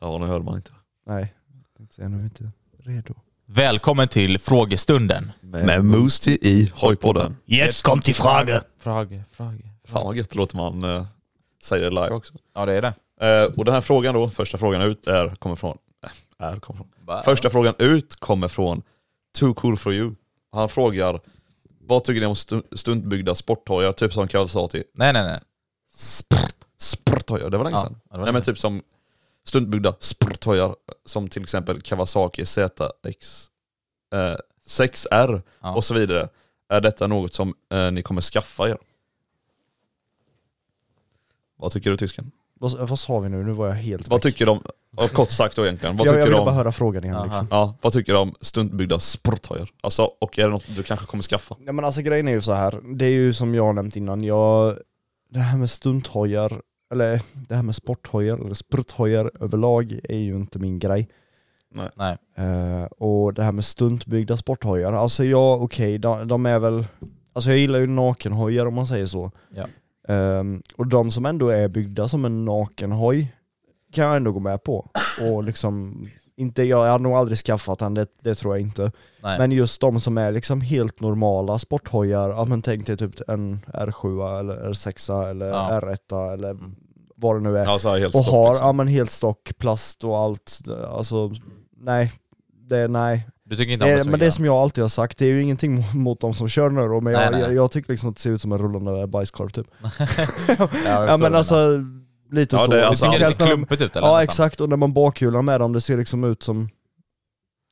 Ja nu hörde man inte.
Nej, jag tänkte säga nu är vi inte redo.
Välkommen till frågestunden.
Med, Med Moosty i Hojpodden.
Jetzt kommt die Frage!
Frage, frage.
Fan vad gött det låter man eh, säger det live också.
Ja det är det.
Eh, och den här frågan då, första frågan ut är, kommer från, eh, är, kommer från. Första frågan ut kommer från Too Cool For You. Han frågar, vad tycker ni om stu- stuntbyggda sporthojar? Typ som Kawasaki.
Nej, nej, nej.
Sprt, spurthojar, det var länge
Ja,
sedan.
det var
Nej men
länge
typ som stuntbyggda spurthojar som till exempel Kawasaki ZX eh, 6R
Ja.
och så vidare. Är detta något som eh, ni kommer skaffa er? Vad tycker du tysken?
Vad, vad sa vi nu? Nu var jag helt
Vad
väck.
tycker de, ja, kort sagt då egentligen, vad
jag, jag
tycker
ville
du
bara
om,
höra frågan igen
Aha.
liksom.
ja, vad tycker du om stuntbyggda spurthojar? Alltså, och är det något du kanske kommer skaffa?
Ja men alltså grejen är ju så här. det är ju som jag har nämnt innan, jag, det här med stunthojar, eller det här med sporthojar, eller spurthojar överlag är ju inte min grej.
nej.
Eh, och det här med stuntbyggda sporthojar, alltså ja okej, de, de är väl, alltså jag gillar ju nakenhojar om man säger så.
Ja.
Ehm, och de som ändå är byggda som en nakenhoj kan jag ändå gå med på. Och liksom, inte, jag hade nog aldrig skaffat den, det, det tror jag inte.
nej.
Men just de som är liksom helt normala sporthojar, ja men tänk dig typ en R7 eller R6 eller
Ja.
R1 eller vad det nu är.
Alltså, helt
och
stopp,
har,
liksom.
ja men helt stock, plast och allt, alltså nej. Det är nej.
Du tycker inte
Det
om
är, men det
är
som jag alltid har sagt, det är ju ingenting mot, mot de som kör nu då, men
Nej,
jag,
nej.
Jag, jag tycker liksom att det ser ut som en rullande bajskorv typ.
jag
ja
förstår
men
det.
alltså, lite
Ja,
så.
det är
Du
alltså-
tycker det ser
Speciellt när de-
klumpigt ut eller? Liksom.
Ja
nästan?
exakt, och när man bakhjular med dem, det ser liksom ut som,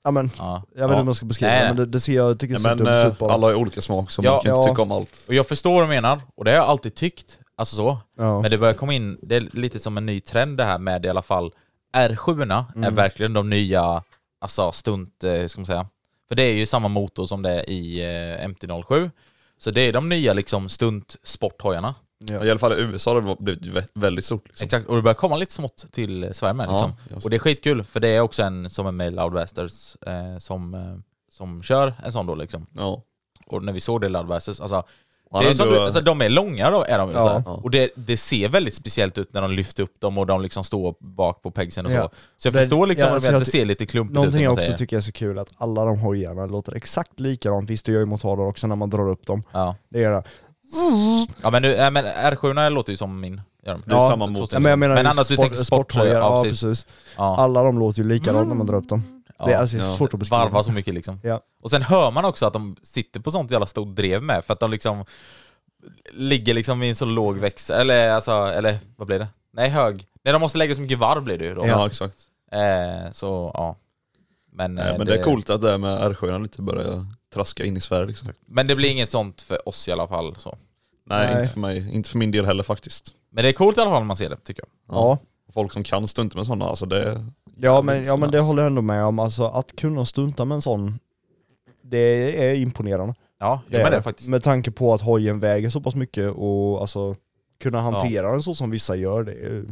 ja men
Ja.
jag vet inte
Ja.
hur man ska beskriva
Nej,
det,
nej.
men det, det ser jag tycker det ser
Men
dumt
eh,
ut typ bara.
alla har ju olika smak så
Ja.
man kan inte
Ja.
tycka om allt.
Och jag förstår vad du menar, och det har jag alltid tyckt. Alltså så.
Ja.
Men det börjar komma in, det är lite som en ny trend det här med i alla fall R7 är verkligen de nya alltså stunt, eh, hur ska man säga? För det är ju samma motor som det är i eh, MT-07. Så det är de nya liksom stunt-sporthojarna.
I alla fall i USA har det blivit vä- väldigt stort. Liksom.
Exakt, och det börjar komma lite smått till eh, Sverige med
Ja,
liksom.
just
Och det är skitkul, för det är också en som är med i Loudbasters eh, som, eh, som kör en sån då liksom.
Ja.
Och när vi såg det i Loudbasters, alltså
Han
det är
ändå-
som du, alltså, de är långa då, är de ju
Ja.
så här. Och det, det ser väldigt speciellt ut när de lyfter upp dem och de liksom står bak på pegsen och
Ja.
så. Så jag
Men-
förstår liksom vad
ja,
du
alltså,
menar, att
jag
det
ty-
ser lite klumpigt ut.
Någonting
om
jag
man
också
säger.
tycker är så kul är att alla de hojarna låter exakt likadant, visst det gör ju motorer också när man drar upp dem.
Ja.
Det gör det.
ja men, nu, ja, men R7 låter ju som min. Gör de.
Det är samma motor.
Ja, men jag menar
Men
ju
annars, du tänker sporthojar, ja,
ja
precis.
precis.
Ja.
Alla de låter ju likadant när man drar upp dem. Det är alltså
Ja.
svårt att beskriva.
Varva så mycket liksom.
Ja.
Och sen hör man också att de sitter på sånt jävla stort drev med för att de liksom ligger liksom i en så låg växel, eller alltså, eller vad blir det? Nej hög. Nej de måste lägga så mycket varv blir det ju då.
Ja, exakt.
Eh, så ja. Men,
Nej,
eh,
men det... är coolt att det här med R7 lite börjar traska in i Sverige. Liksom.
Men det blir inget sånt för oss i alla fall. Så.
Nej,
Nej.
inte för mig. Inte för min del heller faktiskt.
Men det är coolt i alla fall när man ser det, tycker jag.
Ja,
Folk som kan stunta med sådana, alltså det är
ja, men,
jävligt
ja men det
nice.
håller jag ändå med om. Alltså att kunna stunta med en sån, det är imponerande.
Ja, jag menar
är
det faktiskt.
Med tanke på att hojen väger så pass mycket och alltså kunna hantera den så som vissa gör, det är ju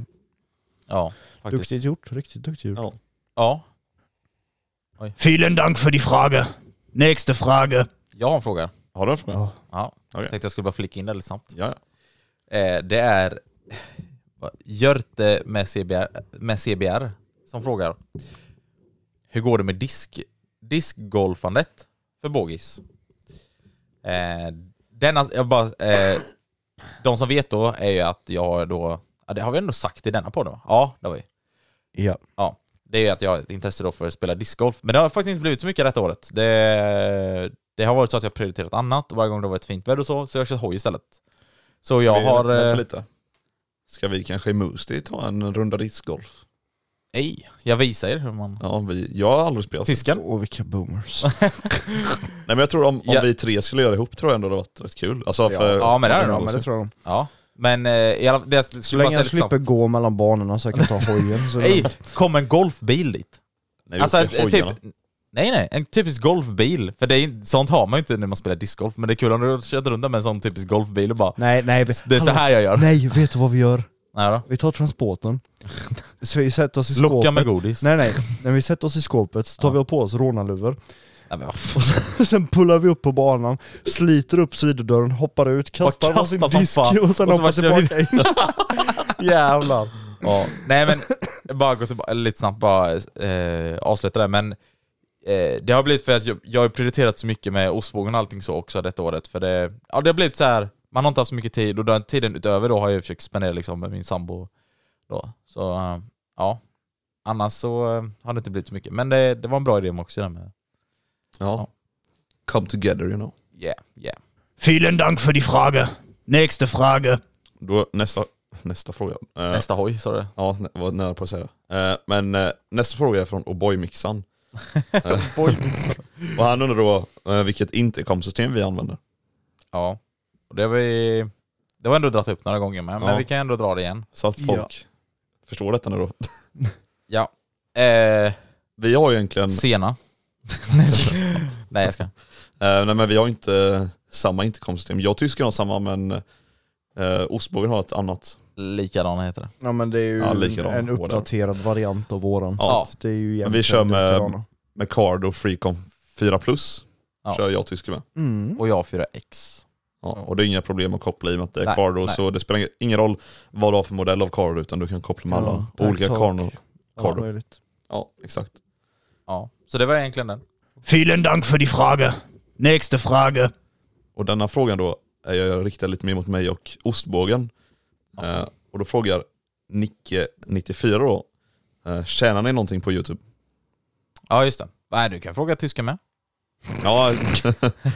Ja, faktiskt.
duktigt gjort. Riktigt duktigt gjort.
Ja.
Ja,
Vielen Dank für die Frage. Nächste Frage.
jag har en fråga.
Har du en fråga?
Ja.
Ja,
Okej.
Jag tänkte jag skulle bara flicka in det lite snabbt.
Ja, ja.
Eh, det är Jörte med CBR, med CBR som frågar. Hur går det med disk, diskgolfandet för bogis? Eh, denna, jag bara, eh, de som vet då är ju att jag har då, ja, det har vi ändå sagt i denna podden va? Ja, det har vi.
Ja.
Ja, det är ju att jag har ett intresse då för att spela discgolf. Men det har faktiskt inte blivit så mycket detta året. Det, det har varit så att jag har prioriterat annat och varje gång det har varit fint väder och så, så jag har kört hoj istället. Så jag
Vi-
har...
Vänta
eh,
lite. Ska vi kanske i Moostie ta en runda discgolf?
Nej, jag visar er hur man...
Ja, vi, jag har aldrig spelat.
Tyskan?
Åh vilka boomers.
Nej men jag tror om, om
Ja.
vi tre skulle göra ihop tror jag ändå det hade varit rätt kul. Alltså för...
Ja, men det är det
ja,
nog.
men det tror jag.
Ja. Men eh, i alla, det jag skulle
Så
bara
länge
säga
jag
lite
slipper
snabbt.
gå mellan banorna så jag kan ta hojen. Så
Nej, kom en golfbil dit.
Nej,
Alltså,
vi åker
eh, typ...
hojarna.
Nej, nej. En typisk golfbil. För det är, inte- sånt har man ju inte när man spelar discgolf. Men det är kul om du har kört runt med en sån typisk golfbil och bara...
nej, nej.
Det är så här jag gör.
Nej, vet du vad vi gör?
Nej då.
Vi tar transporten, så vi sätter oss i skåpet.
Locka med godis.
Nej nej, när vi sätter oss i skåpet så tar
Ja.
vi på oss rånarluvor,
Nej, men vad fan.
sen pullar vi upp på banan, sliter upp sidodörren, hoppar ut, kastar
kastar
varsin
som
disk
fan.
och sen
Och så
hoppar
bara kör vi.
tillbaka in. Jävlar.
Ja. Nej men, jag bara gå tillbaka lite snabbt, bara eh, avsluta det. Men eh, det har blivit för att jag, jag har prioriterat så mycket med ostbågen och allting så också detta året. För det, ja, det har blivit så här man har inte haft så mycket tid och den tiden utöver då har jag försökt spendera liksom med min sambo Då. Så eh, ja, annars så eh, har det inte blivit så mycket. Men det, det var en bra idé också. Där med.
Ja. Come together you know.
Yeah, yeah.
Vielen Dank für die Frage. Nächste Frage.
Då nästa, nästa fråga. Eh,
Nästa hoj sa du.
Ja, nä- var nära på att säga det. Eh, Men eh, nästa fråga är från O'boy-mixan. Och han undrar då eh, vilket intercomsystem vi använder.
Ja. Och Det har vi det har ändå dragit upp några gånger med, men
Ja.
vi kan ändå dra det igen.
Så att folk förstår detta nu då.
Ja. Eh,
Vi har ju egentligen,
sena. Nej jag ska.
eh, nej men vi har inte eh, samma intercomsystem. Jag och tysken har samma men eh, ostbågen har ett annat.
Likadana heter det.
Ja men det är ju
Ja, likadan,
en uppdaterad variant av våran.
Ja.
Så att det är ju
Men vi kör
egentligen
med-
likadana.
Med Cardo Freecom 4 plus
Ja.
kör jag och tysken med.
Mm.
Och jag 4X.
Ja, och det är inga problem att koppla i och med att det är
Nej,
Cardo
nej.
så det spelar ing- ingen roll vad du har för modell av Cardo utan du kan koppla med alla
Ja,
olika
Black
Cardo.
Talk.
Cardo.
Ja, möjligt.
Ja exakt.
Ja, så det var egentligen den.
Vielen Dank für die Frage. Nächste Frage.
Och denna frågan då är jag riktad lite mer mot mig och ostbågen. Eh, och då frågar Nicke94 då, eh, tjänar ni någonting på YouTube?
Ja just det. Nej du kan fråga tysken med.
Ja,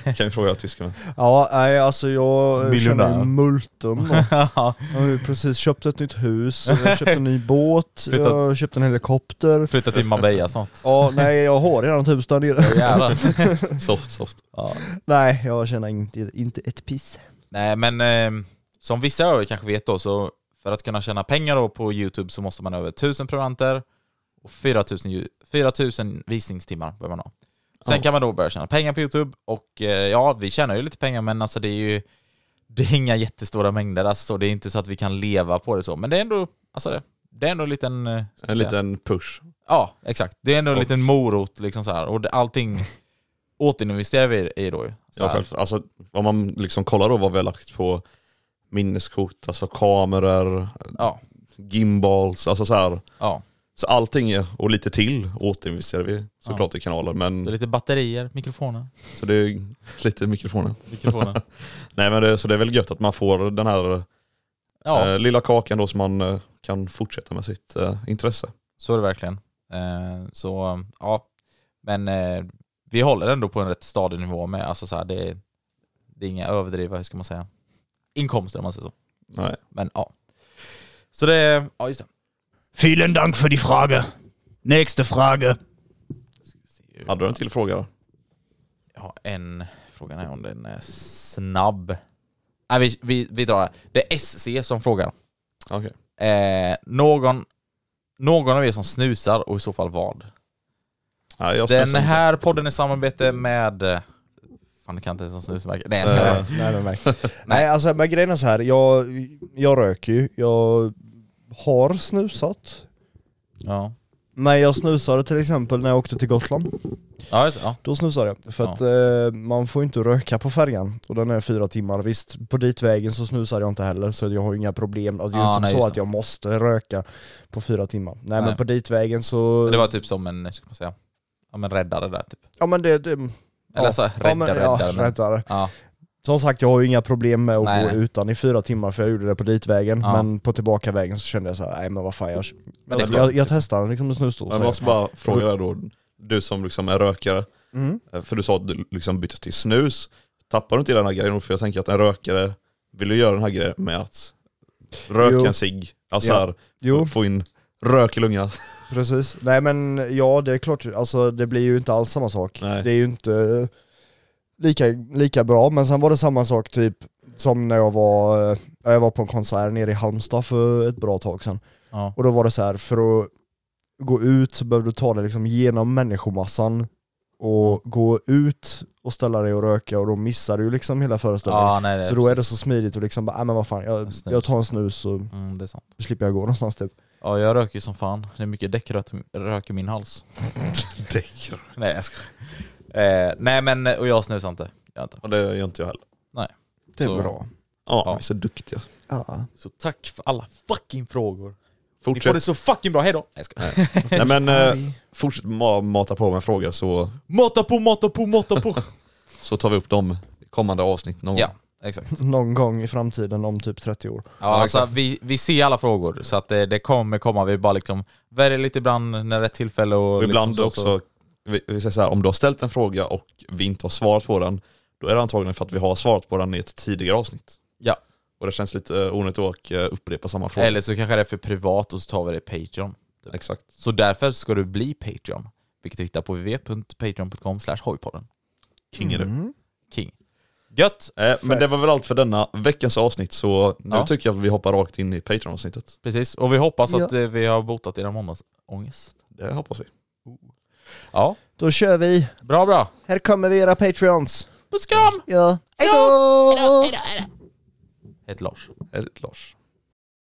kan vi fråga tyskarna.
ja nej alltså jag
Billion
känner ju
dollar.
multum. då. Jag har ju precis köpt ett nytt hus, jag köpte en ny båt,
Flyttat.
jag köpte en helikopter.
Flytta till Marbella snart.
Ja, nej jag har redan ett hus där nere.
Jävlar.
Soft, soft.
Ja.
Nej, jag känner inte, inte ett piss.
Nej men eh, som vissa av er kanske vet då så för att kunna tjäna pengar då på YouTube så måste man ha över 1000 prenumeranter och 4000, ju- 4000 visningstimmar behöver man ha. Sen
Ja.
kan man då börja tjäna pengar på YouTube och eh, ja, vi tjänar ju lite pengar men alltså det är ju det är inga jättestora mängder alltså, så det är inte så att vi kan leva på det så men det är ändå, alltså det, det är ändå en liten... eh, ska
En
vi säga-
liten push.
Ja, exakt. Det är ändå en
Och-
liten morot liksom så här. Och det, allting återinvesterar vi i då ju. Så
Ja,
här.
själv. Alltså, om man liksom kollar då vad vi har lagt på minneskort, alltså kameror,
Ja,
gimbals, alltså så här.
ja.
Så allting är- och lite till återinvesterar vi såklart i kanalen.
Så
Men,
lite batterier, mikrofoner.
så det är lite mikrofoner.
mikrofoner.
Nej men det, så det är väl gött att man får den här
Ja,
eh, lilla kakan då som man eh, kan fortsätta med sitt eh, intresse.
så är det verkligen. Eh, så, ja. Men eh, vi håller ändå på en rätt stadig nivå med. Alltså så här, det, är- det är inga överdrivna, hur ska man säga, inkomster om man säger så.
Nej.
Men ja. Så det, ja just det.
Vielen Dank für die Frage. Nächste Frage.
Hade du en till fråga då?
Jag har en fråga här om den är snabb. Nej, vi, vi, vi drar här. Det är SC som frågar.
Okej.
Eh, någon, någon av er som snusar och i så fall vad?
Nej, jag
Den
snusar inte.
här podden är samarbete med... eh, Fan, det kan inte ens ha snusmärke. Nej, jag ska
Eh,
äh.
Nej, nej, nej. nej alltså men grejen är så här, jag, jag röker ju, jag har snusat.
Ja,
Men jag snusade till exempel när jag åkte till Gotland.
ja, just, det. ja.
Då snusade jag, för
Ja.
att eh, man får ju inte röka på färjan och den är fyra timmar. Visst, på ditvägen så snusade jag inte heller så jag har ju inga problem. Alltså, det är ju
Ja,
inte
nej,
som så
just
att
det.
jag måste röka på fyra timmar. Nej,
Nej.
men på ditvägen så...
Det var typ som en, hur ska man säga, ja, men räddare där typ.
Ja men det... det
Eller
ja.
så, räddare,
ja, men, ja,
räddare. men-
räddare.
Ja,
Som sagt, jag har ju inga problem med att
Nej,
gå
nej.
utan i fyra timmar för jag gjorde det på ditvägen.
Ja.
Men på tillbaka vägen så kände jag så här, nej men vad fan jag...
Men det är
Jag,
klart.
jag, jag testar liksom en snusdosa.
Men jag måste bara fråga dig då, du som liksom är rökare,
Mm.
eh, för du sa att du liksom bytte till snus. Tappar du inte den här grejen? För jag tänker att en rökare vill ju göra den här grejen med att röka
Jo.
en cigg, alltså
Ja.
här,
Jo,
få in rök i lungan.
precis. Nej men ja, det är klart, alltså det blir ju inte alls samma sak.
Nej.
Det är ju inte lika, lika bra, men sen var det samma sak typ som när jag var, eh, jag var på en konsert nere i Halmstad för ett bra tag sedan.
ja.
Och då var det så här, för att gå ut så behövde du ta dig liksom genom människomassan och gå ut och ställa dig och röka och då missar du ju liksom hela föreställningen.
ja nej,
så då är det
precis.
så smidigt och liksom bara, "Ah, men vad fan, jag,
En snus."
jag tar en snus så
Mm, det är sant.
slipper jag gå någonstans typ.
Ja, jag röker ju som fan. Det är mycket däckrök rök i min hals.
Däckar.
Nej, jag skojar. Eh, nej, men och jag snusar inte. Jag inte.
Ja, det gör inte jag heller.
Det är
Så-
bra.
Ja,
Ja.
vi är så duktiga.
Ja.
Så tack för alla fucking frågor. Ni får
Fortsätt,
det så fucking bra, hejdå! Nej, jag skojar.
nej, men, eh, fortsätt ma- mata på med frågor så,
Mata på, mata på, mata på!
så tar vi upp dem i kommande avsnitt någon
Ja.
gång.
Exakt.
någon gång i framtiden om typ 30 år.
Ja, alltså, vi, vi ser alla frågor, så att det, det kommer komma. Vi bara liksom väljer lite ibland när det är tillfälle. Och
Och ibland
liksom så- så-
också, vi, vi säger så här, om du har ställt en fråga och vi inte har svarat på den, då är det antagligen för att vi har svarat på den i ett tidigare avsnitt.
Ja.
Och det känns lite eh, onödigt att eh, upprepa samma fråga.
Eller så kanske det är för privat och så tar vi det i Patreon.
Exakt.
Så därför ska du bli Patreon, vilket du hittar på www.patreon.com slash hojpodden.
King är du.
Mm. King. Gött!
Eh, men det var väl allt för denna veckans avsnitt, så nu
Ja.
tycker jag att vi hoppar rakt in i Patreon-avsnittet.
Precis, och vi hoppas att
Ja.
eh, vi har botat era måndagsångest.
Det hoppas vi.
Ja,
Då kör vi!
bra bra.
Här kommer vi era Patreons!
Puss kram!
Ja, hejdå!
Hej Lars.
Hej Lars.